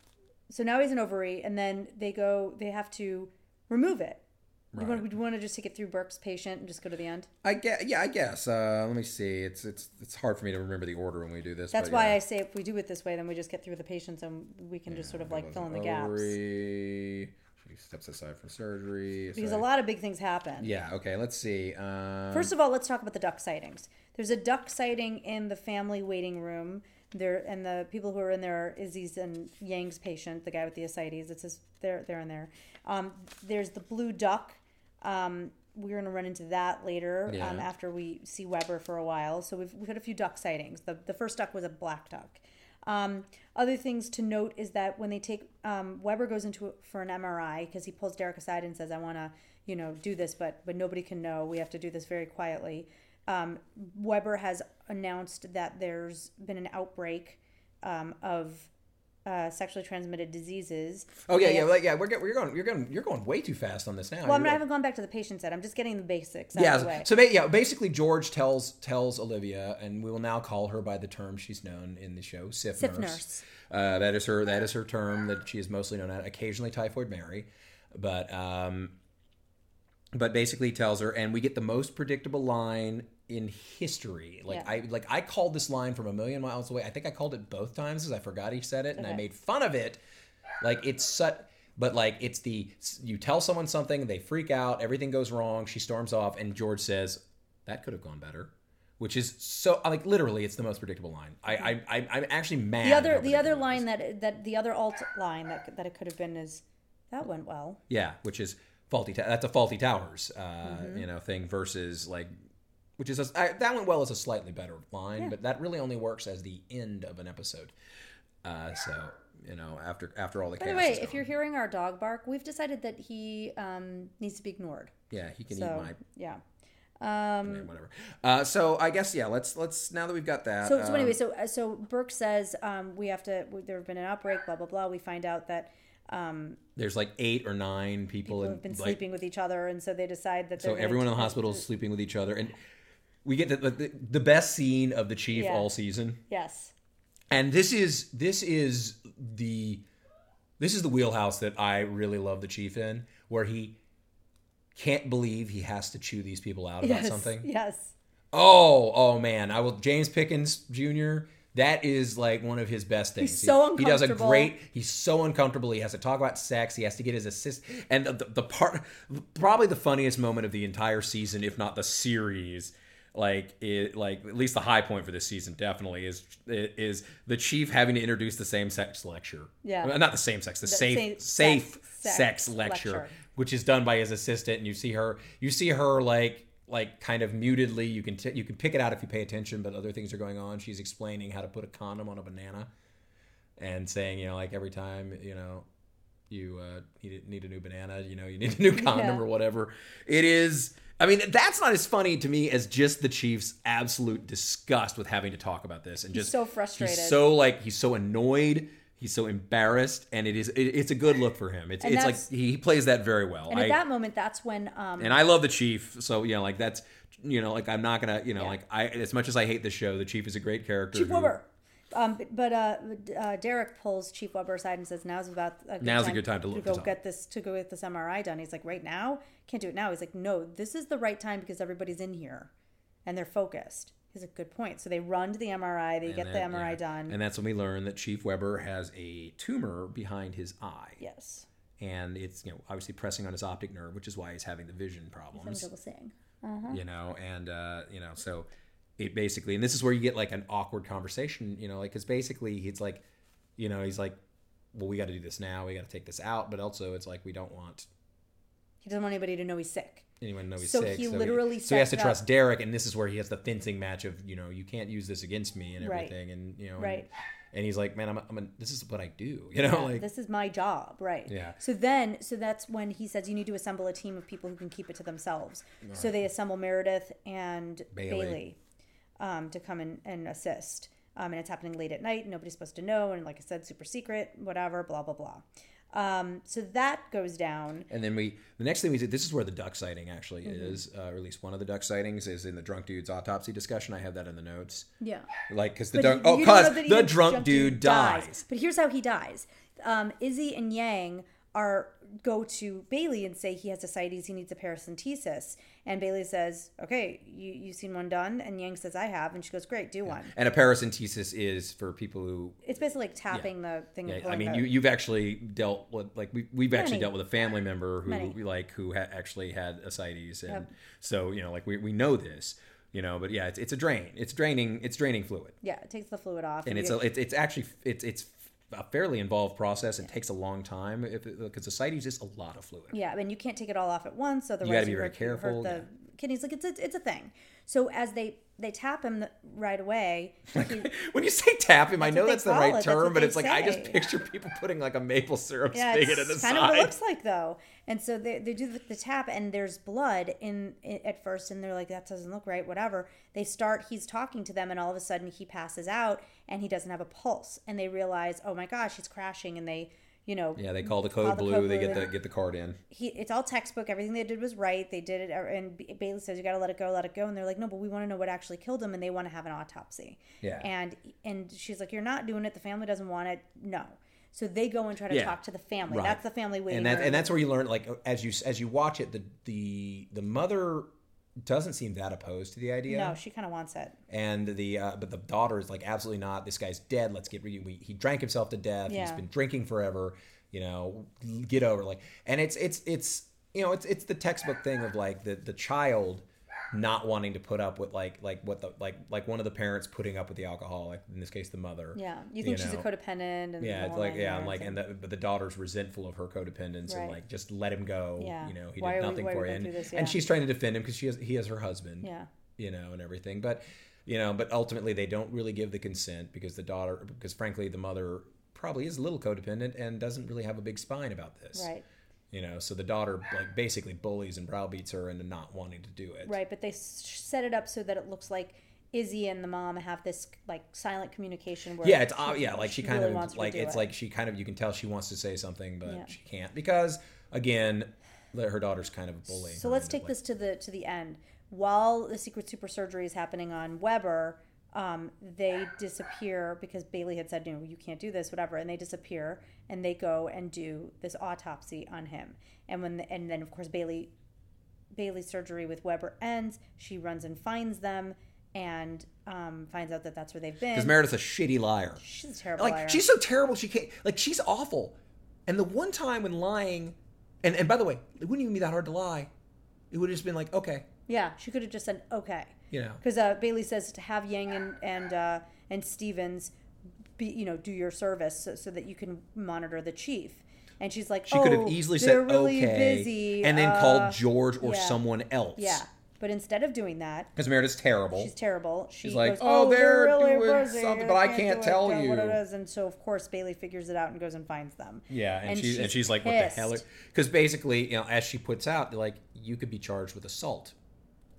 So now he's an ovary, and then they go. They have to remove it. You
Right.
want, we want to just take it through Burke's patient and just go to the end.
I guess. Yeah, I guess. Uh, let me see. It's it's it's hard for me to remember the order when we do this.
That's
but
why
yeah.
I say if we do it this way, then we just get through the patients and we can just sort of like fill in the gaps
Ovary. She steps aside from surgery.
because
so-
a lot of big things happen.
yeah. Okay. Let's see. Um,
First of all, let's talk about the duck sightings. There's a duck sighting in the family waiting room. There and the people who are in there are Izzy's and Yang's patient, the guy with the ascites. It's his, they're they're in there. Um, there's the blue duck. Um, we're gonna run into that later
Yeah.
um, after we see Weber for a while. So we've we've had a few duck sightings. The the first duck was a black duck. Um, other things to note is that when they take um, Weber goes into for an MRI because he pulls Derek aside and says, "I want to, you know, do this, but but nobody can know. We have to do this very quietly." Um, Weber has announced that there's been an outbreak um, of uh, sexually transmitted diseases.
Oh yeah, yeah, like, yeah. We're, go- we're going, you're going, you're going way too fast on this now.
Well,
You're
I'm not, I
like-
haven't gone back to the patient set. I'm just getting the basics out
yeah.
of the
So,
way.
so ba- yeah, basically, George tells tells Olivia, and we will now call her by the term she's known in the show, Sif,
Sif
nurse.
nurse.
Uh, that is her. That is her term that she is mostly known at. Occasionally, Typhoid Mary, but um, but basically tells her, and we get the most predictable line in history. Like
Yeah.
I like I called this line from a million miles away. I think I called it both times because I forgot he said it, and I
Okay.
made fun of it. Like it's such. But like it's the you tell someone something, they freak out, everything goes wrong. She storms off, and George says, that could have gone better. Which is so like literally, it's the most predictable line. I I, I I'm actually mad.
The
at
other
how
the
predictable it
other
is.
line that that the other alt line that that it could have been is that went well.
Yeah, which is faulty. Ta- that's a faulty towers, uh,
Mm-hmm.
you know, thing versus like, which is a, I, that went well as a slightly better line, but that really only works as the end of an episode. Uh, so you know, after after all the
By the
chaos
way,
is
if
gone.
you're hearing our dog bark, we've decided that he um, needs to be ignored.
yeah, he can
So
eat
yeah. Um,
my whatever. Uh, so I guess yeah, let's let's now that we've got that.
so, so
um,
anyway, so uh, so Burke says um, we have to. There have been an outbreak. Blah blah blah. We find out that
there's like eight or nine people,
people
in
have been
like,
sleeping with each other, and so they decide that.
So
they're gonna
everyone in the
t-
hospital is sleeping with each other, and we get the the, the best scene of the chief
Yeah.
all season.
Yes.
and this is this is the this is the wheelhouse that I really love the chief in, where he can't believe he has to chew these people out about
Yes.
something.
Yes.
Oh, oh man, I will. James Pickens Jr. That is like one of his best things.
He's so
He- He does a
uncomfortable.
great. He's so uncomfortable. He has to talk about sex. He has to get his assist. And the, the, the part, probably the funniest moment of the entire season, if not the series, like it, like at least the high point for this season, definitely is is the chief having to introduce the same sex lecture.
Yeah.
Well, not the same sex. The, safe
same
safe
sex-
sex,
sex
lecture,
lecture.
which is done by his assistant, and you see her, you see her like like kind of mutedly. You can t- you can pick it out if you pay attention, but other things are going on. She's explaining how to put a condom on a banana, and saying you know like every time you know you uh, need a, need a new banana, you know you need a new condom
*laughs* Yeah.
or whatever. It is. I mean, that's not as funny to me as just the Chiefs' absolute disgust with having to talk about this and just
so frustrated.
He's so like he's so annoyed. He's so embarrassed, and it is it, it's a good look for him. It's
And
it's like
that's-
he, he plays that very well.
And
I,
at that moment, that's when um,
and I love the Chief, so you know, like that's you know, like I'm not gonna you know, like I as much as I hate the show, the Chief is a great character.
Chief
who-
Weber. Um, but uh, uh, Derek pulls Chief Weber aside and says, "Now's about a good
Now's a
time
good time to look
go
this up."
get this to go get this MRI done." He's like, "Right now, can't do it now." He's like, "No, this is the right time because everybody's in here, and they're focused." He's a good point. So they run to the MRI. They get
and
the
that-
MRI
yeah.
done.
and that's when we learn that Chief Weber has a tumor behind his eye,
yes,
and it's you know obviously pressing on his optic nerve, which is why he's having the vision problems.
I'm double saying.
you know and uh you know so it basically and this is where you get like an awkward conversation you know like because basically he's like you know he's like well we got to do this now we got to take this out but also it's like we don't want
He doesn't want anybody to know he's sick.
anyone to know he's
So
sick
he literally
so he has
sets
to
it up.
trust derek and this is where he has the fencing match of you know you can't use this against me and
Right.
everything and you know and-
Right.
and, he's like man i'm, a, I'm a, this is what i do *laughs* you know like
this is my job, right?
Yeah.
So then, so that's when he says you need to assemble a team of people who can keep it to themselves. So they assemble Meredith and
Bailey.
Bailey, um, to come and, and assist. Um, and it's happening late at night. Nobody's supposed to know. And like I said, super secret, whatever, blah, blah, blah. Um, so that goes down.
And then we, the next thing we did, this is where the duck sighting actually
Mm-hmm.
is, uh, or at least one of the duck sightings is in the drunk dude's autopsy discussion. I have that in the notes.
Yeah.
Like, because the
But *laughs*
duck,
you-
oh,
you don't know
because
that
the
even
drunk dude dies.
But here's how he dies. Um, Izzy and Yang are go to Bailey and say he has ascites, he needs a paracentesis. And Bailey says, "Okay, you you've seen one done." And Yang says, "I have." And she goes, "Great, do one."
And a paracentesis is for people who,
It's basically like tapping the thing.
yeah,
and
I
pulling
mean,
the-
you, you've actually dealt with, like, we, we've actually
Many.
dealt with a family member who,
Many.
like, who ha- actually had ascites. And so, you know, like, we, we know this, you know, but yeah, it's, it's a drain. It's draining, it's draining fluid.
yeah, it takes the fluid off.
and it's a, it's it's actually it's it's a fairly involved process. It takes a long time because ascites is a lot of fluid.
Yeah, I mean, you can't take it all off at once. Otherwise,
gotta be very
hurt, hurt
careful,
the
yeah.
kidneys. Like it's a, it's a thing. So as they they tap him the, right away,
*laughs*
he-
When you say tap him, I
That's
know
what they
that's the
call
right
it. That's
term,
what
but
they
it's like I just
say.
picture people putting like a maple syrup
Yeah,
spigot in the
it's kind of
side.
what it looks like though. And so they, they do the, the tap, and there's blood in, i at first, and they're like, "That doesn't look right." Whatever. They start. He's talking to them, and all of a sudden he passes out, and he doesn't have a pulse. And they realize, "Oh my gosh, he's crashing!" And they, you know,
yeah, they call the code
the
blue.
code
they
blue.
get the get the card in.
he it's all textbook. Everything they did was right. They did it. And B- Bailey says, "You got to let it go, let it go." And they're like, "No, but we want to know what actually killed him, and they want to have an autopsy."
Yeah.
And and she's like, "You're not doing it. The family doesn't want it. No." So they go and try to
Yeah.
talk to the family.
Right.
That's the family waiting.
and that
room.
and that's where you learn like as you as you watch it, the the the mother doesn't seem that opposed to the idea.
no, she kind of wants it.
and the uh, but the daughter is like absolutely not this guy's dead let's get rid we, he drank himself to death he's
Yeah.
been drinking forever you know get over it. like and it's it's it's you know it's it's the textbook thing of like the the child not wanting to put up with like like what the like like one of the parents putting up with the alcohol, like in this case the mother.
Yeah, you think she's
know.
a codependent, and
Yeah,
the
it's
whole
like
nine
yeah, I'm
yards
like, and the, but the daughter's resentful of her codependence and
Right.
like just let him go.
Yeah.
you know, he
Why
did
are we-
nothing
why are we
for you,
going
and,
through this? Yeah.
and she's trying to defend him because she has he has her husband.
yeah,
you know, and everything. But you know, but ultimately they don't really give the consent because the daughter, because frankly the mother probably is a little codependent and doesn't really have a big spine about this.
right,
You know, so the daughter like basically bullies and browbeats her into not wanting to do it.
right. But they s- set it up so that it looks like Izzy and the mom have this like silent communication where
Yeah, it's ob- yeah, like she kind
really wants
of
to
like
do
it's
it.
like she kind of you can tell she wants to say something but
Yeah.
she can't because again, the- her daughter's kind of bullying.
So
her
let's
into,
take
like-
this to the to the end. While the secret super surgery is happening on Weber, um, they disappear because Bailey had said, you know, you can't do this, whatever, and they disappear and they go and do this autopsy on him. And when the, and then of course Bailey Bailey's surgery with Weber ends. She runs and finds them and um, finds out that that's where they've been.
because Meredith's a shitty liar.
she's a terrible
like
liar.
she's so terrible she can't like she's awful and the one time when lying and and by the way it wouldn't even be that hard to lie it would have just been like okay
yeah, she could have just said okay.
you know
because uh, Bailey says to have Yang and and uh, and Stevens, be, you know, do your service so, so that you can monitor the chief. And she's like,
she
oh,
could have easily
they're
said
really
okay
busy,
and then
uh,
called george or
yeah.
someone else
Yeah, but instead of doing that,
because meredith's terrible
she's terrible. She
She's like,
goes,
"Oh, they're
really
doing
busy.
something, but I can't
do it,
tell
don't know What it
you."
is. And so of course Bailey figures it out and goes and finds them.
yeah and, she's, and she's like what the hell
pissed.
because basically you know as she puts out they're like you could be charged with assault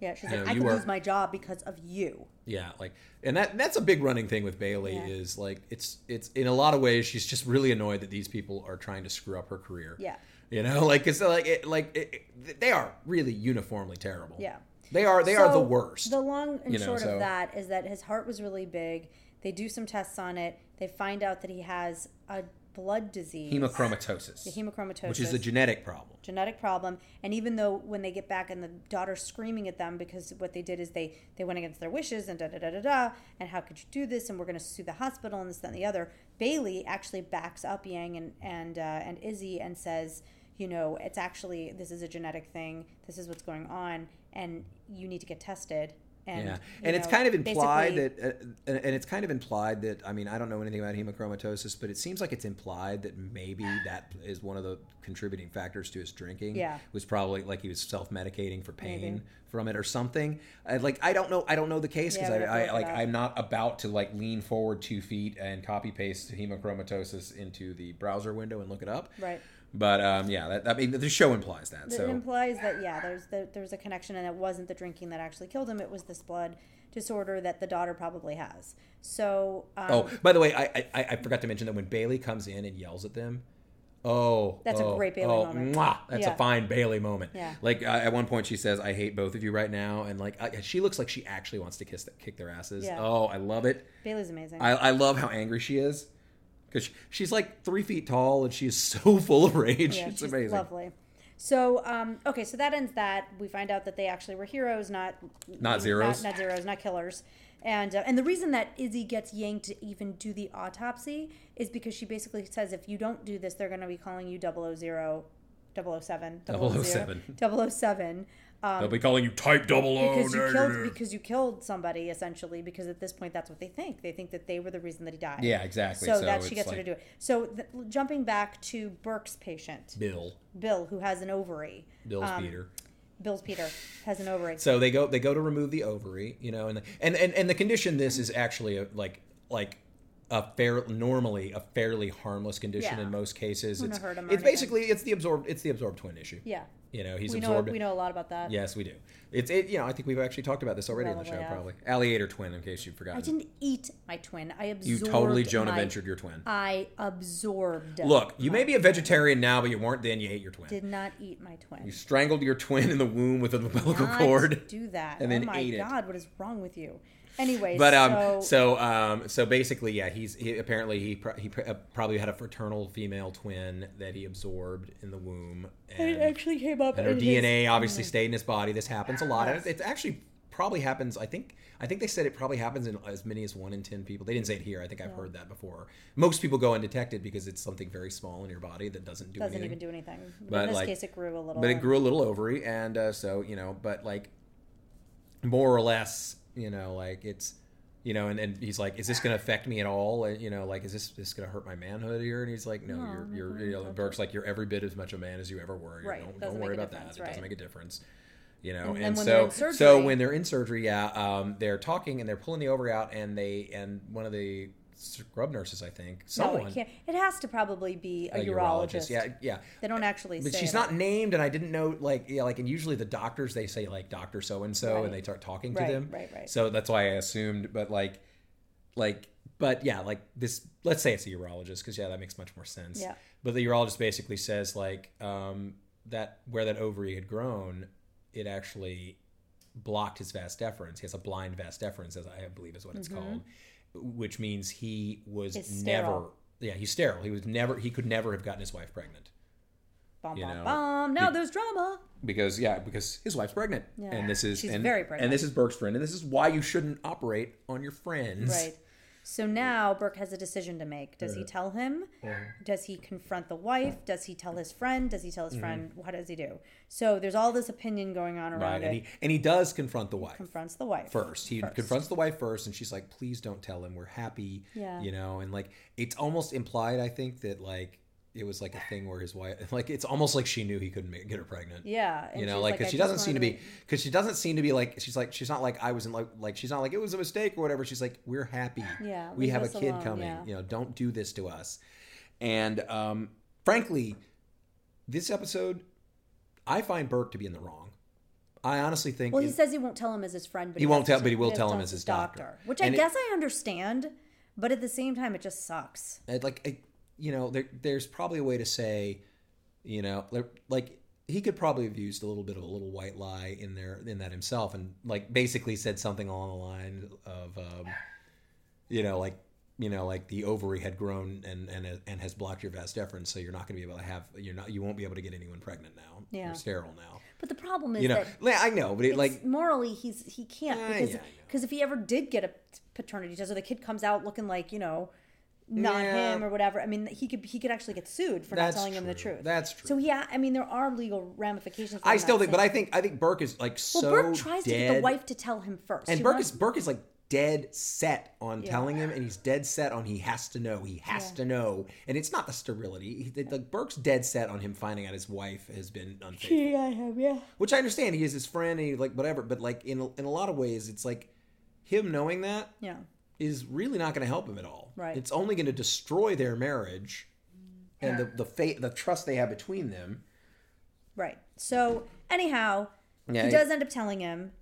Yeah, she's
You
like,
know,
I
you
could
are-
lose my job because of you.
Yeah, like, and that that's a big running thing with Bailey
Yeah.
is like it's it's in a lot of ways she's just really annoyed that these people are trying to screw up her career.
Yeah.
you know, like it's like it, like it, it- they are really uniformly terrible.
Yeah.
they are they are
So,
the worst.
The long and
you know,
short
so-
of that is that his heart was really big. They do some tests on it. They find out that he has a blood disease,
Hemochromatosis,
Yeah, hemochromatosis,
which is a genetic problem.
genetic problem. And even though when they get back and the daughter's screaming at them because what they did is they they went against their wishes and da da da da da. And how could you do this? And we're going to sue the hospital and this that, and the other. Bailey actually backs up Yang and and uh, and Izzy and says. You know, it's actually this is a genetic thing. This is what's going on, and you need to get tested. And
yeah,
you
and it's
know,
kind of implied
basically-
that, uh, and and it's kind of implied that. I mean, I don't know anything about hemochromatosis, but it seems like it's implied that maybe that is one of the contributing factors to his drinking.
Yeah.
was probably like he was self medicating for pain from it or something. I, like I don't know, I don't know the case because
Yeah, we'd have
I,
to look
I
it
like
up.
I'm not about to like lean forward two feet and copy paste hemochromatosis into the browser window and look it up.
Right.
But um, yeah, that, I mean, the show implies that.
That
so
implies that yeah, there's there, there's a connection, and it wasn't the drinking that actually killed him. It was this blood disorder that the daughter probably has. So um,
Oh, by the way, I, I I forgot to mention that when Bailey comes in and yells at them, oh,
That's a
oh,
great Bailey
oh,
moment.
mwah, that's
Yeah.
a fine Bailey moment.
Yeah.
Like uh, at one point she says, "I hate both of you right now," and like I, she looks like she actually wants to kiss the, kick their asses.
Yeah.
Oh, I love it.
Bailey's amazing.
I, I love how angry she is because she's like three feet tall and she is so *laughs* full of rage.
yeah,
it's
she's
amazing.
lovely. So um, okay, so that ends that. We find out that they actually were heroes, not
Not zeros.
not, not zeros, not killers. And uh, and the reason that Izzy gets yanked to even do the autopsy is because she basically says if you don't do this, they're going to be calling you 000, 007,
007.
007.
They'll be calling you Type Double O.
because you killed
negative.
because you killed somebody essentially because at this point that's what they think they think that they were the reason that he died
Yeah, exactly.
so,
So
that
it's
she gets her to
like-
do it so th- jumping back to burke's patient
Bill,
bill who has an ovary
Bill's Peter.
bill's peter has an ovary
So they go they go to remove the ovary, you know, and and and, and the condition this is actually a, like like a fair normally a fairly harmless condition
Yeah.
in most cases.
Wouldn't
It's,
hurt him or
it's
anything.
basically it's the absorbed it's the absorbed twin issue.
yeah
You know, he's
we know
absorbed.
we know a lot about that
Yes, we do. It's it. You know, I think we've actually talked about this already on the
Probably
show.
have.
Probably alliator twin, in case you've forgotten.
i didn't eat my twin i
you
absorbed
totally Jonah
my-
ventured your twin.
i absorbed
Look, you may be a vegetarian now, but you weren't then. You ate your twin.
did not eat my twin
you strangled your twin in the womb with a umbilical
Not
cord.
do that
and then
oh my
ate it.
god what is wrong with you anyway
But um, so,
so
um, so basically, yeah, he's he, apparently he pro- he pr- uh, probably had a fraternal female twin that he absorbed in the womb,
it
and,
actually came up
and her
in his-
DNA obviously stayed in his body. This happens a lot. And It, it actually probably happens. I think I think they said it probably happens in as many as one in ten people. They didn't say it here. I think I've heard that before. Most people go undetected because it's something very small in your body that doesn't do
doesn't
anything.
even do anything. But
But,
in this
like-
case, it grew a little.
but it grew a little ovary, and uh, so you know, but like. more or less, you know, like it's, you know, and, and he's like, is this going to affect me at all? And, you know, like, is this, this going to hurt my manhood here? And he's like, no,
No,
you're,
I'm not
you're,
worried
you know,
about
Burke's like, you're every bit as much a man as you ever were. You
Right,
Don't,
doesn't
don't worry
make a
about that.
difference,
It doesn't
right.
make a difference. You know, and,
And then when they're
so,
in surgery-
so when they're in surgery, yeah, um, they're talking and they're pulling the over out and they, and one of the scrub nurses, I think, someone,
No, it can't. It has to probably be a,
a
urologist.
Yeah. Yeah.
They don't actually
But
say
she's
it.
not named, and I didn't know, like, yeah, like, and usually the doctors they say like Doctor So and So,
Right.
and they start talking
Right,
to them.
right, right.
So that's why I assumed, but like, like, but yeah, like this. Let's say it's a urologist, because yeah, that makes much more sense.
Yeah.
But the urologist basically says like um, that where that ovary had grown, it actually blocked his vas deferens. He has a blind vas deferens, as I believe is what it's called, which means he was
Mm-hmm. It's
never.
sterile.
Yeah, he's sterile. He was never. He could never have gotten his wife pregnant.
Bum,
you
bum,
know,
bum. Now there's drama.
because yeah, because his wife's pregnant,
Yeah.
and this is
She's
and,
very pregnant.
and this is Burke's friend, and this is why you shouldn't operate on your friends.
Right. So now Burke has a decision to make. Does he
Uh-huh.
tell him? Does he confront the wife? Does he tell his friend? Does he tell his friend? What does he do? So there's all this opinion going on
Mm-hmm. Right,
around it.
and he and he does confront the wife
confronts the wife
first. He confronts the wife first, and she's like, "Please don't tell him. We're happy."
Yeah.
you know, and like it's almost implied. I think that like it was like a thing where his wife, *laughs* like it's almost like she knew he couldn't make, get her pregnant.
Yeah. and
You know,
she's
like because
"I
she
just
doesn't seem to
wanted
be, because she doesn't seem to be like she's like she's not like I was in like like she's not like it was a mistake or whatever. She's like we're happy.
Yeah,
we
leave
have a
us
kid
alone,
coming.
yeah.
You know, don't do this to us. And um, frankly, this episode, I find Burke to be in the wrong. I honestly think
Well, he
it-
says he won't tell him as his friend, but
He won't
has to
tell- but he will
has
tell
to
him as his doctor.
Which
And
I
it-
guess I understand, but at the same time, it just sucks.
I'd like I- you know there, there's probably a way to say you know there- like he could probably have used a little bit of a little white lie in there in that himself and like basically said something along the line of um, you know like you know like the ovary had grown and and and has blocked your vas deferens so you're not going to be able to have you're not you won't be able to get anyone pregnant now
Yeah.
you're sterile now
But the problem is
you know
that
like, i know but it like
like morally he's he can't
Yeah,
because
yeah, I know.
because if he ever did get a paternity test or the kid comes out looking like you know not
Yeah.
him or whatever i mean he could he could actually get sued for not
That's
telling him the
true.
truth
That's true.
so yeah i mean there are legal ramifications for
i
him
still
not
think but i
saying-
think i think burke is like
well
so
burke tries to get the
dead-
wife to tell him first
And
He
Burke
wants-
is Burke is like dead set on telling him, and he's dead set on he has to know, he has to know, and it's not the sterility. He, the, like Burke's dead set on him finding out his wife has been *laughs* unfaithful,
yeah I have, yeah
which I understand. He is his friend, and he like whatever, but like in a- in a lot of ways, it's like him knowing that
yeah
is really not going to help him at all.
Right.
It's only going to destroy their marriage and the the faith, the trust they have between them.
right so anyhow
Yeah,
he
he-
does end up telling him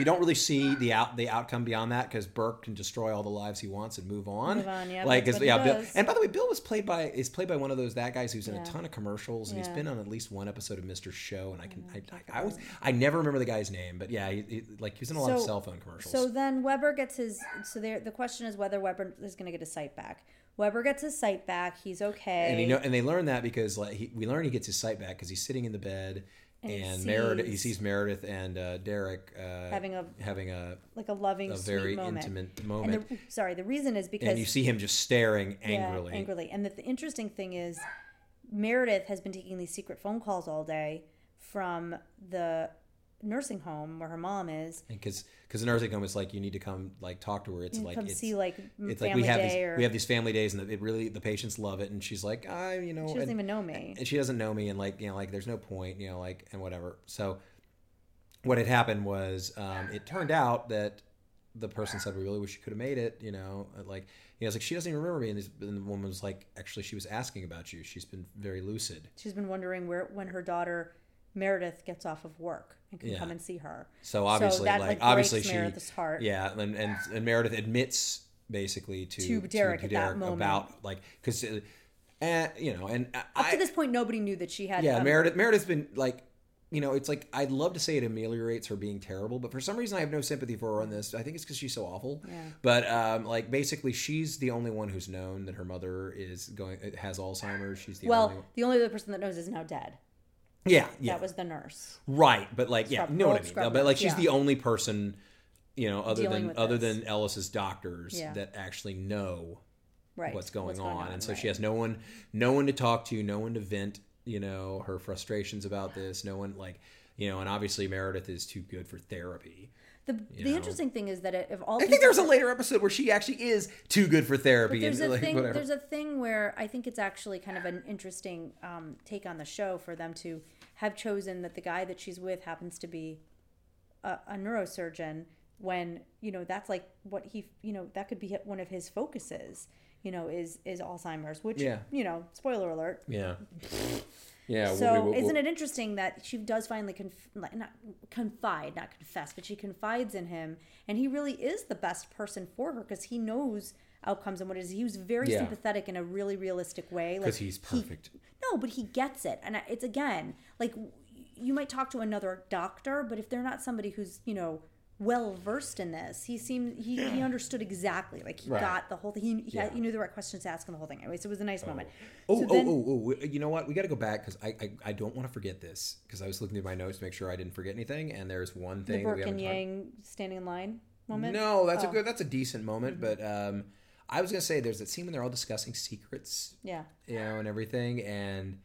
You don't really see the out the outcome beyond that because Burke can destroy all the lives he wants and move on.
Move on, yeah,
like
that's
is-
what he
yeah. Bill,
does.
and by the way, Bill was played by is played by one of those that guys who's in
Yeah.
a ton of commercials and
Yeah.
he's been on at least one episode of Mr. Show and I can I, I, I was I never remember the guy's name but yeah he, he- like he was in a lot of
So-
cell phone commercials.
So then Weber gets his. So there, the question is whether Weber is going to get his sight back. Weber gets his sight back. He's okay.
and you know and they learn that because like he, we learn he gets his sight back because he's sitting in the bed and,
he
Meredith he
sees-
sees Meredith and uh, Derek uh,
having a
having a
like a loving,
a
sweet
very
moment.
intimate
And
moment.
the, sorry, the reason is because
and you see him just staring
yeah,
angrily.
angrily. And the, the interesting thing is, Meredith has been taking these secret phone calls all day from the nursing home where her mom is.
because because the nursing home is like you need to come like talk to her. It's like
come
it's,
see like m-
it's like
family
we have
day
these,
or
we have these family days and it really the patients love it. And she's like I you know
she doesn't
and,
even know me.
and she doesn't know me and like you know like there's no point you know like and whatever. So what had happened was um, it turned out that the person said we really wish you could have made it you know and, like you know it's like she doesn't even remember me and, this, and the woman was like actually she was asking about you she's been very lucid
She's been wondering where when her daughter Meredith gets off of work and can
Yeah.
come and see her.
So obviously,
that,
like,
like,
obviously
breaks
she,
Meredith's heart.
yeah, and, and and Meredith admits basically to
To Derek at that moment.
about like because, uh, eh, you know, and I,
Up to this point, nobody knew that she had.
yeah,
um,
Meredith Meredith's been like, you know, it's like I'd love to say it ameliorates her being terrible, but for some reason I have no sympathy for her on this. I think it's because she's so awful.
Yeah.
But um, like basically, she's the only one who's known that her mother is going has Alzheimer's. She's the
Well,
only one.
the only other person that knows is now dead.
yeah yeah
That was the nurse.
Right, but like, yeah,
Scrub-
you know what I
both
mean.
scrub
But like, she's
nurse,
the only person, you know, other
Dealing
than
with
other
this.
than Ellis's doctors
Yeah.
that actually know
Right.
what's going on, and so
right.
she has no one, no one to talk to, no one to vent, you know, her frustrations about this, no one like, you know, and obviously Meredith is too good for therapy.
The, the
know.
interesting thing is that it, if all
I think there's a later episode where she actually is too good for therapy
there's
and
a
like
thing
whatever.
there's a thing where I think it's actually kind of an interesting um, take on the show for them to have chosen that the guy that she's with happens to be a, a neurosurgeon when you know that's like what he you know that could be one of his focuses you know is is Alzheimer's which
Yeah.
you know spoiler alert *laughs*
yeah.
Yeah.
so
we- we- we-
isn't it interesting that she does finally conf- like, not confide, not confess, but she confides in him, and he really is the best person for her because he knows outcomes and what it is. He was very
Yeah.
sympathetic in a really realistic way, like
'Cause he's
he-
perfect.
no, but he gets it, and I- it's again like w- you might talk to another doctor, but if they're not somebody who's you know well versed in this, he seemed he,
*clears throat*
he understood exactly. Like he
Right.
got the whole thing. He, he,
Yeah.
he knew the right questions to ask and the whole thing. Anyway, so it was a nice moment.
Oh,
So
oh,
then-
oh, oh, we- you know what? We got to go back because I, I, I don't want to forget this because I was looking through my notes to make sure I didn't forget anything. And there's one
the
thing that we
Burke
haven't
and
talked-
Yang standing in line moment. Oh. Mm-hmm.
No, that's a good, that's a decent moment. But um, I was gonna say there's that scene when they're all discussing secrets,
Yeah.
you know, and everything. And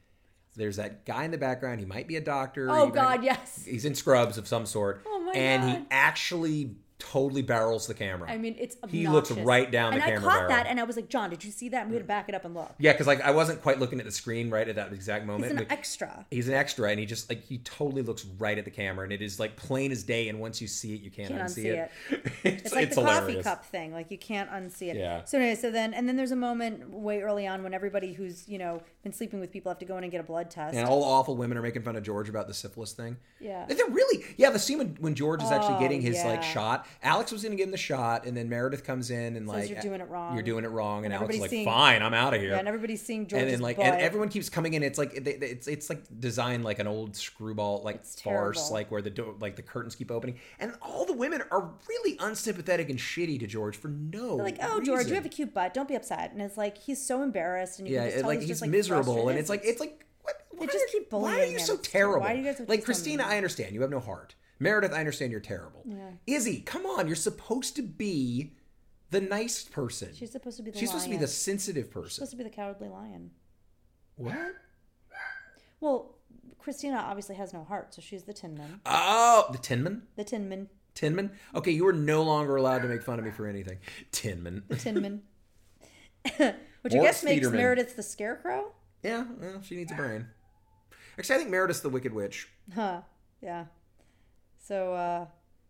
there's that guy in the background. He might be a doctor.
Oh
he might-
God, yes.
he's in scrubs of some sort.
Oh, my
And
God.
he actually totally barrels the camera.
I mean, it's obnoxious.
He looks right down the
and
camera
I caught
barrel.
that, and I was like, John, did you see that? And we had to back it up and look.
yeah, because like I wasn't quite looking at the screen right at that exact moment.
It's an
but-
extra.
he's an extra and he just like he totally looks right at the camera and it is like plain as day and once you see it you can't,
Can't
unsee
unsee
it, *laughs* it's,
It's like
it's
the coffee
hilarious.
cup thing. Like you can't unsee it.
Yeah.
So anyway, so then and then there's a moment way early on when everybody who's you know been sleeping with people have to go in and get a blood test.
and all the awful women are making fun of George about the syphilis thing.
Yeah.
They're really, yeah, the scene when, when George is actually
Oh,
getting his
yeah.
like shot. Alex was going to give him the shot, and then Meredith comes in and like,
"You're doing it wrong."
You're doing it wrong. And,
And
Alex is
everybody's
like,
seeing-
fine, I'm out of here.
yeah, and everybody's seeing George's
and then like
butt.
and everyone keeps coming in it's like they, they- it's it's like designed like an old screwball like
It's
farce
terrible.
like where the door like the curtains keep opening and all the women are really unsympathetic and shitty to george for no
They're like, oh George, you
reason."
have a cute butt. Don't be upset. And it's like he's so embarrassed, and you
yeah
can just
it-
tell
like
he's,
he's
just like
miserable
frustrated.
and it's like it's like what why
just
are-
keep
why are
bullying
you
him.
so
It's terrible.
terrible
Why do you guys have to be
like
so
christina
mean?
i understand you have no heart meredith i understand you're terrible izzy come on you're supposed to be the nice person
she's supposed to be the
She's supposed to be the
lion.
sensitive
She's
person
supposed to be the cowardly lion.
what
Well, Christina obviously has no heart, so she's the Tin Man.
oh the tinman
The Tin Man.
Tinman? Okay, you are no longer allowed to make fun of me
*laughs*
for anything. Tinman.
The Tin Man.
*laughs*
Which I
Or
guess makes
Spiderman.
Meredith the Scarecrow?
Yeah, well, she needs a brain. Actually, I think Meredith's the Wicked Witch.
Huh. Yeah. So, uh,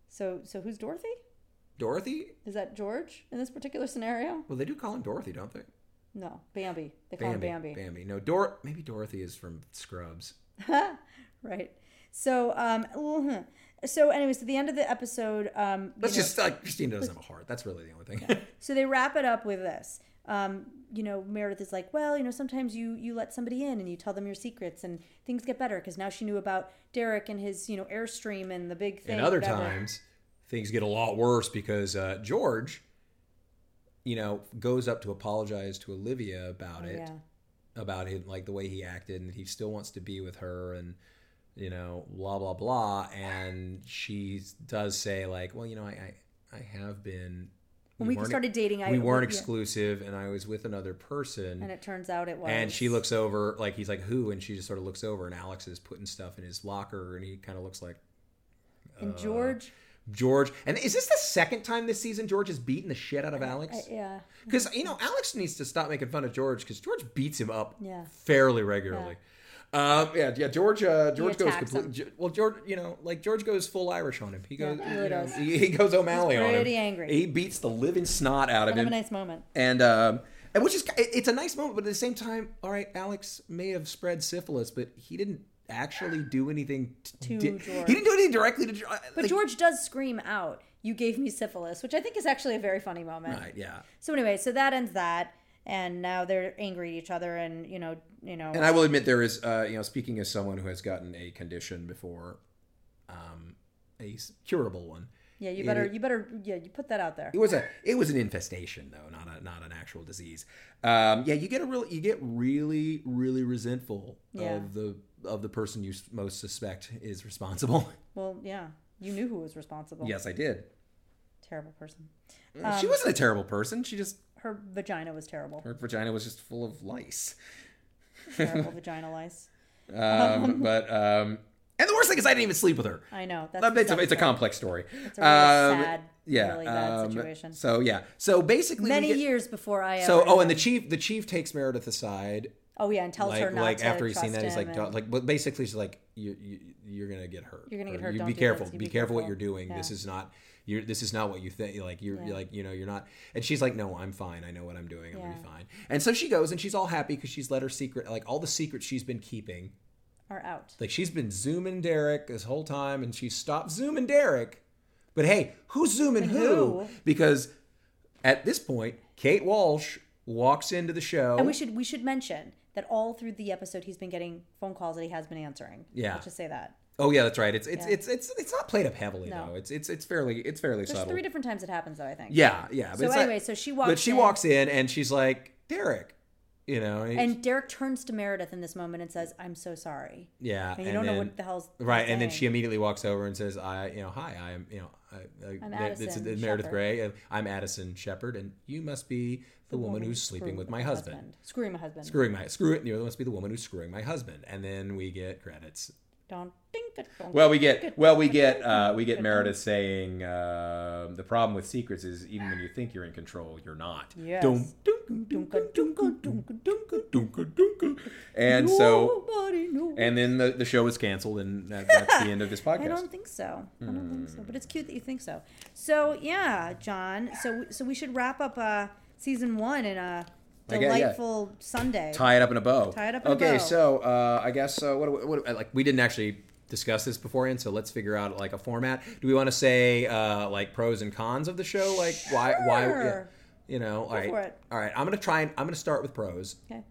so, so who's Dorothy?
Dorothy?
Is that George in this particular scenario?
Well, they do call him Dorothy, don't they?
No, Bambi. They call him Bambi.
Bambi. No, Dor. Maybe Dorothy is from Scrubs.
Right. So, um, *laughs* so anyways, at the end of the episode, um, you
That's
know-
just like Christina doesn't have a heart. That's really the only
*laughs*
thing.
So they wrap it up with this. Um, you know, Meredith is like, well, you know, sometimes you you let somebody in and you tell them your secrets and things get better because now she knew about Derek and his you know airstream and the big thing.
and other
whatever.
times, things get a lot worse because uh, George, you know, goes up to apologize to Olivia about
Oh,
it.
yeah.
about him like the way he acted and he still wants to be with her and you know blah blah blah and she does say like well you know i i, I have been
When we
weren't-
started dating, I
we weren't
yeah.
exclusive and i was with another person
And
and,
it turns out it was.
she looks over like he's like who and she just sort of looks over and alex is putting stuff in his locker and he kind of looks like
And
uh,
George,
george and is this the second time this season george has beaten the shit out of
I,
alex
yeah,
because you know Alex needs to stop making fun of George because George beats him up
Yeah.
fairly regularly. Yeah. Um, yeah, yeah. George, uh, George goes
attacks
complete. Ge- Well, George, you know, like George goes full Irish on him. He
Yeah,
goes,
he really
you know,
does.
he, he goes O'Malley on him.
pretty angry.
He beats the living snot out of him,
kind of a nice moment.
and um, and which is it- it's a nice moment, but at the same time, all right, Alex may have spread syphilis, but he didn't actually do anything
To
di-
George.
He didn't do anything directly to George.
But George does scream out, "You gave me syphilis," which I think is actually a very funny moment.
right, yeah.
So anyway, so that ends that, and now they're angry at each other, and you know, you know,
And I will admit there is, uh, you know, speaking as someone who has gotten a condition before,
um, A s- curable one.
yeah, you better, you better, yeah, you put that out there.
It was a it was an infestation though, not a not an actual disease. Um, yeah, you get a real you get really really resentful
Yeah.
of the of the person you s- most suspect is responsible. *laughs*
Well, yeah. You knew who was responsible.
yes, I did.
Terrible person. Um,
she wasn't a terrible person. She just
Her vagina was terrible.
her vagina was just
*laughs*
full of lice.
*laughs*
terrible vagina lice.
Um, but um,
And the worst thing is, I didn't even sleep with her.
I know. That's
Uh, it's, a,
that's
it's a
right.
complex story.
It's a really
Um,
sad,
yeah,
really bad
um,
situation.
So yeah, so basically, we
Many
get-
years before I.
So,
ever-
oh, and the chief, the chief takes Meredith aside,
oh yeah, and tells her
like,
not
like
to
after he's seen
trust
that, he's
him
like,
and-
don't, like, but basically, she's like, you, you, you're gonna get hurt.
You're gonna get
Or
hurt,
You
don't
be
do
careful.
this, you
Be
be
careful what
careful.
you're doing. This
Yeah.
is not. You're, this is not what you think. Like you're, you're like you know you're not. And she's like, no, I'm fine. I know what I'm doing. I'm gonna be
Yeah.
fine. And so she goes, and she's all happy because she's let her secret, like all the secrets she's been keeping.
are out.
Like she's been zooming Derek this whole time, and she stopped zooming Derek. But hey, who's zooming who?
who?
Because at this point, Kate Walsh walks into the show.
And we should we should mention that all through the episode he's been getting phone calls that he has been answering.
Yeah.
Let's just say that.
oh yeah, that's right. It's it's
Yeah.
it's it's it's not played up heavily
No.
though. It's it's it's fairly it's fairly
There's
subtle.
three different times it happens though, I think.
yeah, yeah. But
So
it's not-
anyway, so she walks
But she
in.
walks in and she's like Derek, you know.
And Derek turns to Meredith in this moment and says, I'm so sorry.
yeah,
And you don't know
then-
what the hell's
Right, and then
saying.
she immediately walks over and says, "I, you know, hi, I am, you know, I, I,
I'm
there- this is
Addison
Meredith
Shepherd."
Gray. and I'm Addison Shepherd, and you must be the, woman, who's sleeping
screwed
with my husband.
Screwing my husband.
Screwing my screw it, and you must be the woman who's screwing my husband." And then we get credits.
Don't think that don't
Well, we get well, we get uh, we get Meredith saying
um,
uh, the problem with secrets is even when you think you're in control, you're not.
Yes.
Dum, dum, dum, dum, dum, dum, dum, dum, dum, dum, dum, dum. And so,
Nobody knows.
and then the, the show was canceled, and that, that's the end of this
I
podcast.
don't think so. I don't think so. But it's cute that you think so. So yeah, John. So so we should wrap up uh, season one in a
I get- yeah.
delightful Sunday.
Tie it up in a bow.
Tie it up in a
okay,
bow.
so uh, I guess uh, what, do- what, do- like
Like we didn't actually discuss this beforehand, so let's figure out like a format. Do we want to say uh, like pros and cons of the show? Like why why yeah,
Sure.
you know? all right,
for it.
all right. I'm gonna try and I'm gonna start with pros.
Okay.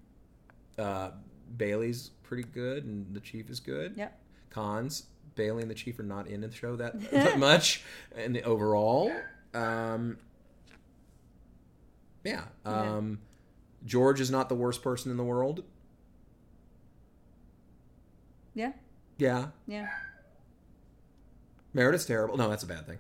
Uh, Bailey's pretty good, and the chief is good.
Yep.
cons bailey and the chief are not in the show
*laughs*
that, that much and the overall um yeah um george is not the worst person in the world
Yeah.
yeah
Yeah.
meredith's terrible no that's a bad thing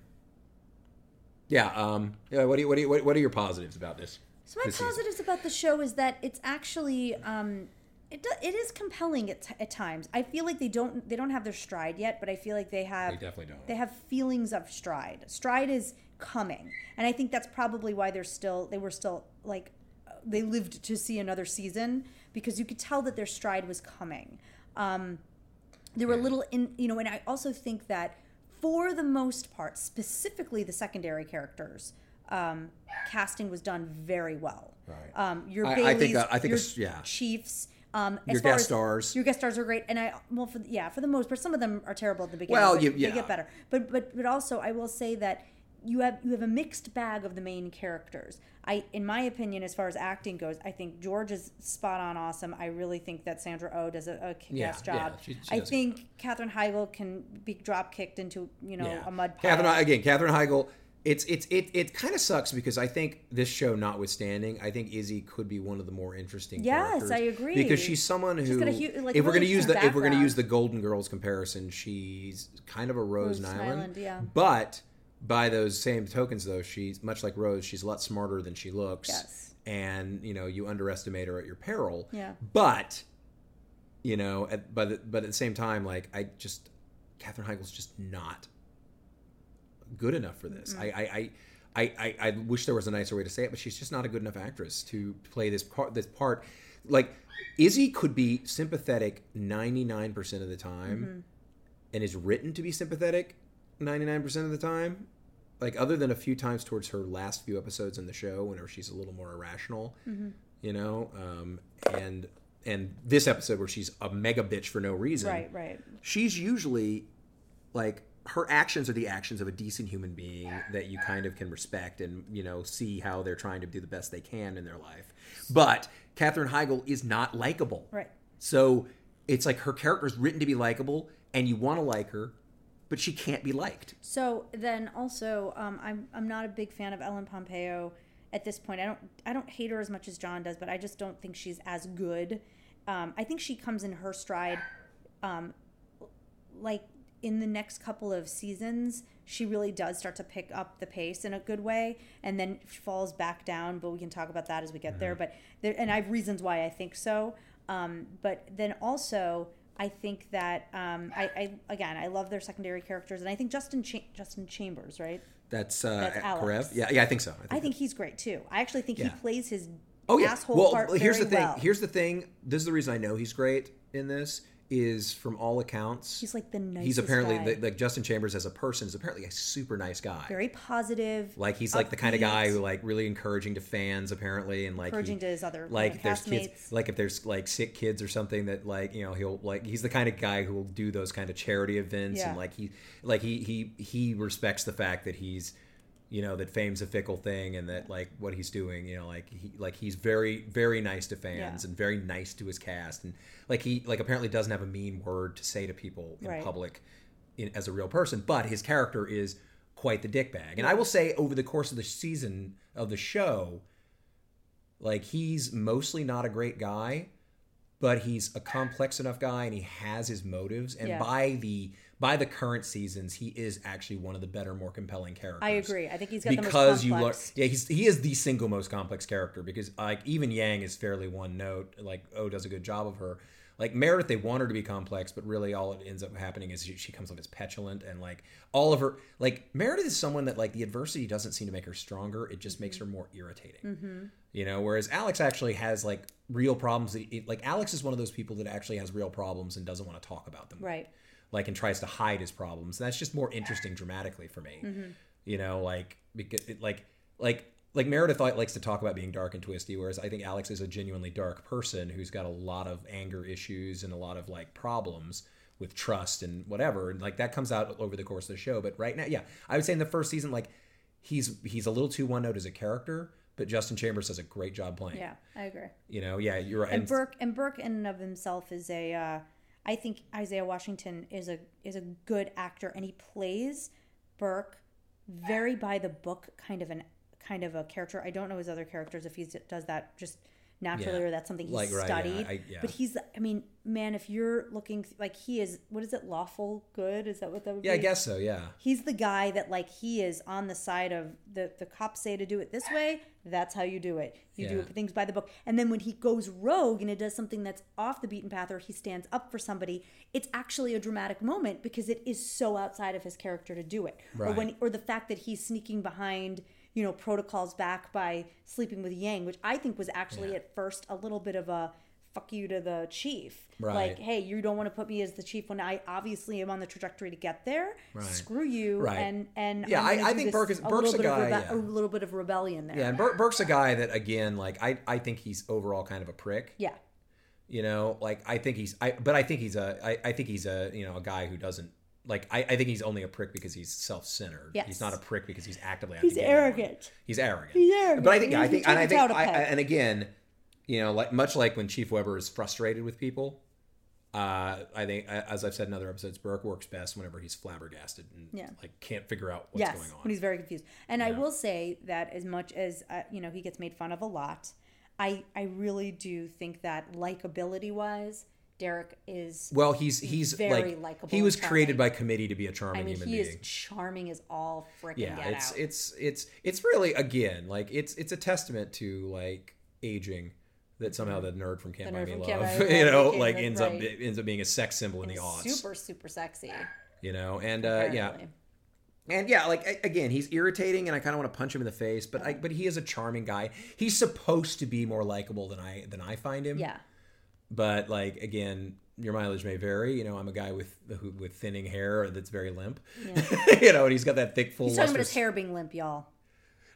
yeah um yeah what do you what do you what, what are your positives about this
So my
this season?
positives about the show is that it's actually um, it do, it is compelling at, t- at times. I feel like they don't they don't have their stride yet, but I feel like they have
They definitely don't.
They have feelings of stride. Stride is coming, and I think that's probably why they're still they were still like uh, they lived to see another season because you could tell that their stride was coming. Um, there were little in you know and i also think that for the most part specifically the secondary characters um, casting was done very well
Right.
um, your
I- I
Baileys,
think, uh, I think
your
it's- yeah.
chiefs um, as
Your
far
guest
as-
stars.
your guest stars are great and i well for, yeah for the most part some of them are terrible at the beginning
Well,
but
you-
they
yeah.
get better but but but also i will say that you have you have a mixed bag of the main characters i in my opinion as far as acting goes i think george is spot on awesome i really think that sandra oh does a, a kick-ass
Yeah, yeah,
job
she- she
i
does a
think think Katherine Heigl can be drop kicked into you know a mud pile.
Catherine again, Catherine Heigl. It's it's it it kind of sucks because I think this show, notwithstanding, I think Izzy could be one of the more interesting.
Yes,
characters
I agree.
because she's someone who,
got a hu- like,
if we're gonna
really
use the
interesting
if we're gonna
background.
use the Golden Girls comparison, she's kind of a Rose,
Rose
Nyland.
Nyland, yeah.
But by those same tokens, though, she's much like Rose. She's a lot smarter than she looks.
Yes.
And you know you underestimate her at your peril.
Yeah.
But you know, at, but at- but at the same time, like I just Catherine Heigl's just not good enough for this. I, I, I, I, I, I wish there was a nicer way to say it, but she's just not a good enough actress to play this part. This part, like Izzy, could be sympathetic ninety nine percent of the time, and is written to be sympathetic ninety nine percent of the time. Like other than a few times towards her last few episodes in the show, whenever she's a little more irrational, you know, um, and and this episode where she's a mega bitch for no reason,
Right, right.
she's usually like her actions are the actions of a decent human being that you kind of can respect and you know see how they're trying to do the best they can in their life but katherine heigl is not likable
Right.
so it's like her character is written to be likable and you want to like her but she can't be liked
So then also, um, I'm I'm not a big fan of Ellen Pompeo at this point. I don't I don't hate her as much as John does, but I just don't think she's as good. Um, I think she comes in her stride, um, like in the next couple of seasons, she really does start to pick up the pace in a good way, and then falls back down. But we can talk about that
Mm-hmm.
as we get there. But there, and I have reasons why I think so. Um, but then also I think that um, I, I again I love their secondary characters, and I think Justin Cha- Justin Chambers, right?
That's, uh,
That's Alex.
Karev. Yeah, yeah, I think so.
I think he's great too. I actually think
Yeah.
he plays his
Oh yeah.
asshole
well,
part
here's
very
the thing.
well.
Here's the thing. This is the reason I know he's great in this. Is from all accounts.
He's, like, the
He's
nicest
apparently
guy.
like- like Justin Chambers as a person is apparently a super nice guy.
very positive.
like he's like the kind of guy
upbeat.
who like really encouraging to fans apparently and like he-
Encouraging to his other, you
like
know,
if there's
castmates.
kids like if there's like sick kids or something that like you know he'll like he's the kind of guy who will do those kind of charity events
Yeah.
and like he like he he he respects the fact that he's you know that fame's a fickle thing and that like what he's doing you know like he like he's very very nice to fans
Yeah.
and very nice to his cast and like he like apparently doesn't have a mean word to say to people in
Right.
public in, as a real person but his character is quite the dickbag and i will say over the course of the season of the show like he's mostly not a great guy but he's a complex enough guy and he has his motives and
Yeah.
by the by the current seasons he is actually one of the better more compelling characters
I agree. I think he's got
because
the most
you learn
complex.
yeah he's he is the single most complex character because like even yang is fairly one note like oh does a good job of her like meredith they want her to be complex but really all it ends up happening is she, she comes up as petulant and like all of her like meredith is someone that like the adversity doesn't seem to make her stronger it just makes her more irritating
Mm-hmm.
you know whereas alex actually has like real problems that it, like alex is one of those people that actually has real problems and doesn't want to talk about them
Right.
like and tries to hide his problems. And that's just more interesting dramatically for me.
Mm-hmm.
You know, like because it, like like like Meredith like, likes to talk about being dark and twisty, whereas I think Alex is a genuinely dark person who's got a lot of anger issues and a lot of like problems with trust and whatever. And like that comes out over the course of the show. But right now, yeah, I would say in the first season, like he's he's a little too one note as a character, but Justin Chambers does a great job playing.
Yeah, I agree.
You know, yeah, you're right.
and Burke and Burke in and of himself is a uh, I think Isaiah Washington is a is a good actor and he plays Burke very by the book kind of an kind of a character. I don't know his other characters if he does that just naturally
Yeah.
or that's something he
Like, right, yeah,
studied.
I- yeah.
But he's I mean, man, if you're looking th- like he is what is it lawful good? Is that what that would
yeah,
be?
I guess so. Yeah.
He's the guy that like he is on the side of the the cops say to do it this way. That's how you do it. You do
Yeah.
things by the book. And then when he goes rogue and it does something that's off the beaten path, or he stands up for somebody, it's actually a dramatic moment because it is so outside of his character to do it. Or
Right.
when or the fact that he's sneaking behind you know protocols back by sleeping with Yang, which I think was actually
Yeah.
at first a little bit of a fuck you to the chief. Like,
Right.
hey, you don't want to put me as the chief when I obviously am on the trajectory to get there.
Right.
Screw you.
Right.
And and
Yeah,
I'm
I-
gonna
I
do
think
this-
Burke is-
a
Burke's
little
a
bit of
guy,
rebe-
yeah.
a little bit of rebellion there.
Yeah, and Bur- Burke's a guy that again, like I, I think he's overall kind of a prick.
Yeah.
You know, like I think he's I but I think he's a I, I think he's a you know, a guy who doesn't like I, I think he's only a prick because he's self centered.
Yes.
He's not a prick because he's actively out to
He's
get anyone.
arrogant.
He's arrogant.
He's arrogant.
But I think
You
I
can
think
take
and I
it
think
down a
I, I,
peg.
and again, you know, like much like when Chief Weber is frustrated with people, uh, I think a- as I've said in other episodes, Burke works best whenever he's flabbergasted and
Yeah.
like can't figure out what's
yes,
going on.
when he's very confused. And I will say that as much as uh, you know he gets made fun of a lot, I I really do think that likability wise, Derek is.
Well, he's he's
very
like
likable
he
and
was
charming.
created by committee to be a charming
I mean,
human
he
being.
is charming as all freaking
yeah,
get
it's
out.
it's it's it's really again like it's it's a testament to like aging that somehow the nerd from Can't
Mm-hmm. The
Buy
nerd
Me
from
Love, *laughs*
Can't Buy Me
you
Love
know,
became
like
the-
ends up
right.
ends up being a sex symbol in the aughts,
super super sexy.
you know, and uh, yeah,
apparently.
and yeah, like a- again, he's irritating, and I kind of want to punch him in the face, but I, but he is a charming guy. He's supposed to be more likable than I than I find him.
Yeah.
but like again your mileage may vary you know i'm a guy with who, with thinning hair that's very limp *laughs* you know and he's got that thick full
He's talking about
lustrous-
his hair being limp, y'all.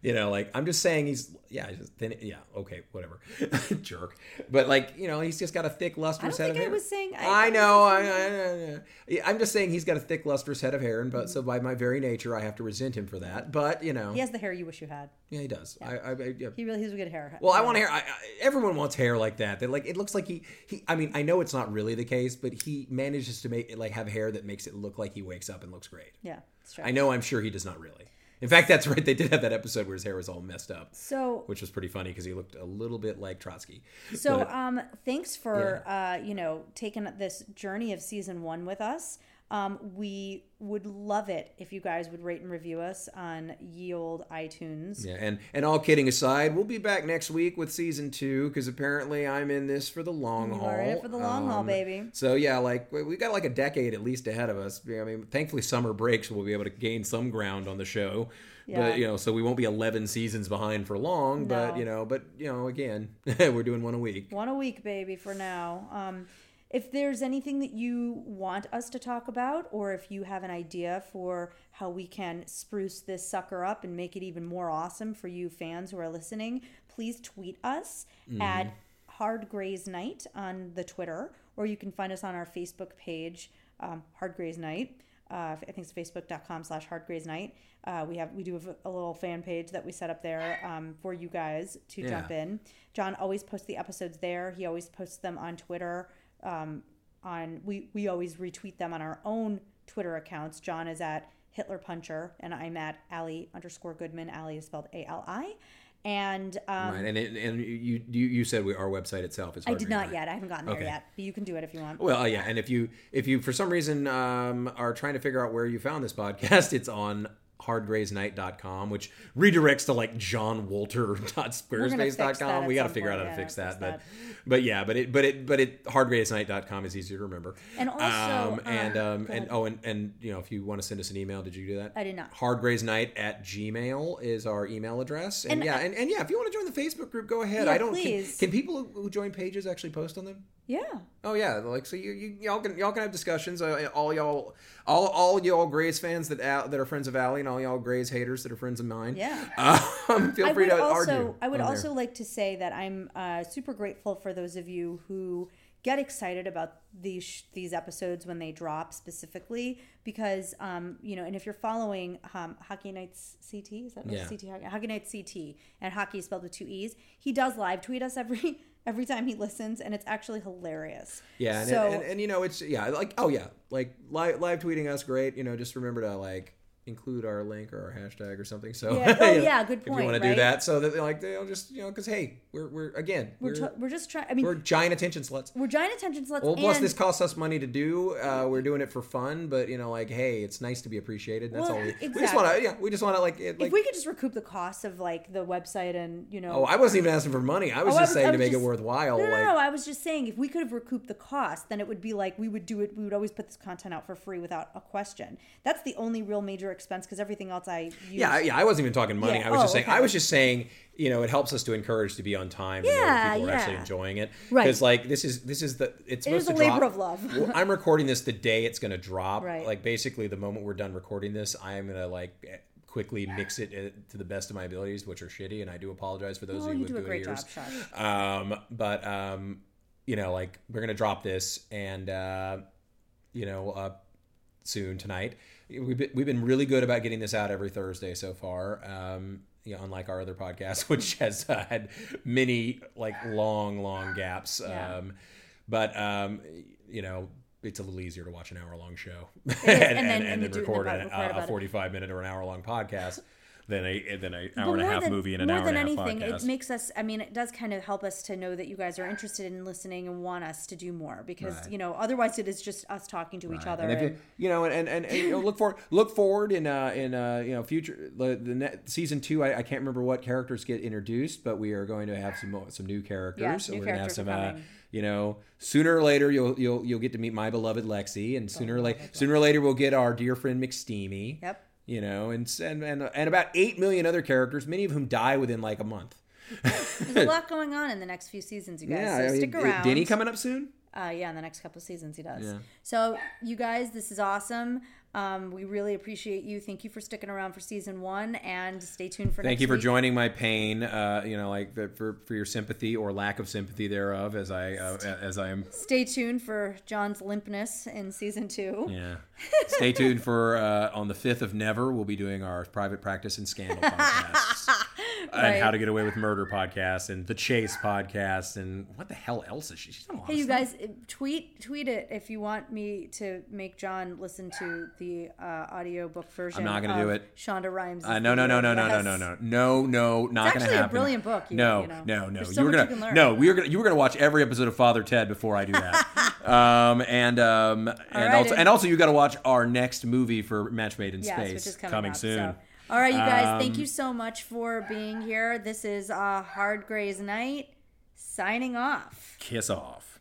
you know like i'm just saying he's yeah he's just thin yeah okay whatever *laughs* jerk but like you know he's just got a thick lustrous
I don't
head
think I
of hair
was saying- I-
i, know I, I, I, yeah, i'm just saying he's got a thick lustrous head of hair and but
Mm-hmm.
so by my very nature i have to resent him for that but you know
He has the hair you wish you had.
yeah he does I, I, I yeah.
He really has a good hair.
Well, I want hair. I, I, everyone wants hair like that. That like it looks like he, he. I mean, I know it's not really the case, but he manages to make like have hair that makes it look like he wakes up and looks great.
Yeah, it's true.
I know. I'm sure he does not really. In fact, that's *laughs* right. They did have that episode where his hair was all messed up,
So,
which was pretty funny because he looked a little bit like Trotsky.
so um, thanks for uh, you know taking this journey of season one with us. Um, we would love it if you guys would rate and review us on ye old iTunes.
Yeah, and and all kidding aside, we'll be back next week with season two because apparently I'm in this for the long
You
haul. Um,
are in it for the long haul, baby.
So yeah, like we- we got like a decade at least ahead of us. I mean, thankfully summer breaks will be able to gain some ground on the show.
Yeah.
But you know, so we won't be 11 seasons behind for long. But
No.
you know, but you know, again, *laughs* we're doing one a week.
One a week, baby, for now. Um, if there's anything that you want us to talk about, or if you have an idea for how we can spruce this sucker up and make it even more awesome for you fans who are listening, please tweet us at Hard Grays Night on the Twitter, or you can find us on our Facebook page, um, Hard Grays Night. Uh, I think it's facebook.com slash hard grays night. Uh, we have we do have a- a little fan page that we set up there um, for you guys to jump in. John always posts the episodes there. He always posts them on Twitter. Um, on we we always retweet them on our own Twitter accounts. John is at Hitler Puncher and I'm at Ali underscore Goodman. Ali is spelled A L I. And um,
right, and it, and you, you you said we, our website itself is.
I
hard to
did not
remember.
yet. I haven't gotten there
Okay.
yet. But you can do it if you want.
Well, uh, yeah, and if you if you for some reason um, are trying to figure out where you found this podcast, it's on hardgraysnight.com, which redirects to like
fix that
johnwalter.squarespace.com.
at
We got to
some
figure out
point.
how to
Yeah,
fix
fix
that, but
that.
but yeah, but it but it but it hardgraysnight.com is easier to remember.
And also,
um,
um,
and um and
go ahead.
oh and and you know if you want to send us an email, did you do that?
I did not.
Hardgraysnight at Gmail is our email address, and,
And
yeah, and, and yeah, if you want to join the Facebook group, go ahead.
Yeah,
I don't can-
please.
Can, people who join pages actually post on them?
Yeah.
Oh yeah, like so you, you y'all can y'all can have discussions. Uh, all y'all, all all y'all Grays fans that Al, that are friends of Allie, and all y'all Grays haters that are friends of mine.
Yeah.
um, *laughs* feel
I
free
would
to
also,
argue.
I would
on there.
also like to say that I'm uh, super grateful for those of you who get excited about these sh- these episodes when they drop specifically because um, you know and if you're following um, hockey nights ct is that
Yeah.
ct hockey, hockey nights ct and hockey is spelled with two e's he does live tweet us every *laughs* every time he listens and it's actually hilarious
yeah, and,
so
and, and you know it's yeah like oh yeah like live live tweeting us great. You know just remember to like include our link or our hashtag or something. So
Yeah.
*laughs*
Oh,
you know,
yeah, good
If you
point,
want to
right?
do that, so that they like they'll just you know because hey we're we're again
we're,
we're
t- we're just trying i mean
we're
we're,
giant attention sluts.
giant attention sluts
Well, plus
and-
this costs us money to do. Uh, we're doing it for fun, but you know, like, hey, it's nice to be appreciated. That's
Well,
all. We, we just
exactly.
want to, yeah, we just want to like, it,
if
like.
we could just recoup the cost of like the website and you know
oh, I wasn't even asking for money. I was
Oh, I
just
was-
saying
I
to
was
make
just-
it worthwhile.
No, no,
like,
no, I was just saying if we could have recouped the cost, then it would be like we would do it. We would always put this content out for free without a question. That's the only real major expense because everything else I use.
yeah, I- yeah. I wasn't even talking money.
Yeah,
I was just
oh,
saying.
okay.
I was just saying. You know, it helps us to encourage to be on time. and know that
Yeah,
people are actually
yeah.
enjoying it.
Right.
Because like this is this is the it's
It is
supposed to
a labor
drop-
of love.
Well, I'm recording this the day it's going to drop.
Right.
Like basically, the moment we're done recording this, I am going to like eh, quickly mix it eh, to the best of my abilities, which are shitty, and I do apologize for those
Oh,
of you with
you do a
good
great
ears.
job, Sean.
um but um you know like we're gonna drop this and uh you know uh soon tonight we've been, we've been really good about getting this out every thursday so far um you know, unlike our other podcast *laughs* which has uh, had many like long long gaps
Yeah.
um but um you know it's a little easier to watch an hour long show *laughs* and,
and then- and
then
to do-
record
and
an-
record about
a, a
it.
45 minute or an hour long
*sighs*
podcast than a than a
But
hour and a
more
half
than-
movie and an
more
hour
than
and a half
anything,
podcast
it makes us. I mean, it does kind of help us to know that you guys are interested in listening and want us to do more because
Right.
you know otherwise it is just us talking to each other.
And if you,
and-
you know, and, and, and, and, you know, look forward, look forward in uh, in uh, you know future the, the ne- season two. I, I can't remember what characters get introduced, but we are going to have some some new characters.
Yeah,
So
new
we're gonna
characters are
have some. Uh,
coming.
you know, sooner or later you'll you'll you'll get to meet my beloved Lexi, and sooner or later sooner or later we'll get our dear friend McSteamy.
Yep.
You know, and and and, and about eight million other characters, many of whom die within like a month.
there's a lot going on in the next few seasons, you guys. so
I mean,
stick around.
Denny coming up soon.
Uh, yeah, in the next couple of seasons he does. So you guys, this is awesome. Um, we really appreciate you. Thank you for sticking around for season one, and stay tuned for.
Thank
next
you for
week.
joining my pain. Uh, you know, like the, for for your sympathy or lack of sympathy thereof, as I uh, as I am.
Stay tuned for John's limpness in season two.
Yeah. *laughs* Stay tuned for uh, on the fifth of Never. We'll be doing our private practice and
*laughs*
scandal podcasts, and
Right.
how to get away with murder podcast, and the Chase podcast, and what the hell else is she? She's done a lot
Hey,
of
you
stuff.
guys, uh, tweet tweet it if you want me to make John listen to the uh, audiobook version.
not gonna do
of
it.
Shonda Rhimes.
Uh, no, no, no, no, no, no, no, no, no, no, not
It's
gonna
actually a
happen.
brilliant book, you-
no,
you know.
no, no,
There's
you
so
were
much you
gonna,
can learn. *laughs*
no, we were gonna, you were gonna watch every episode of Father Ted before I do that. Um, and um, and
right,
also
and-
and also you got to watch our next movie for Match Made in
Yes,
Space
which is coming,
coming,
up,
soon. Um,
So. All right, you guys, thank you so much for being here. This is uh, Hard Gray's Night signing off.
Kiss off.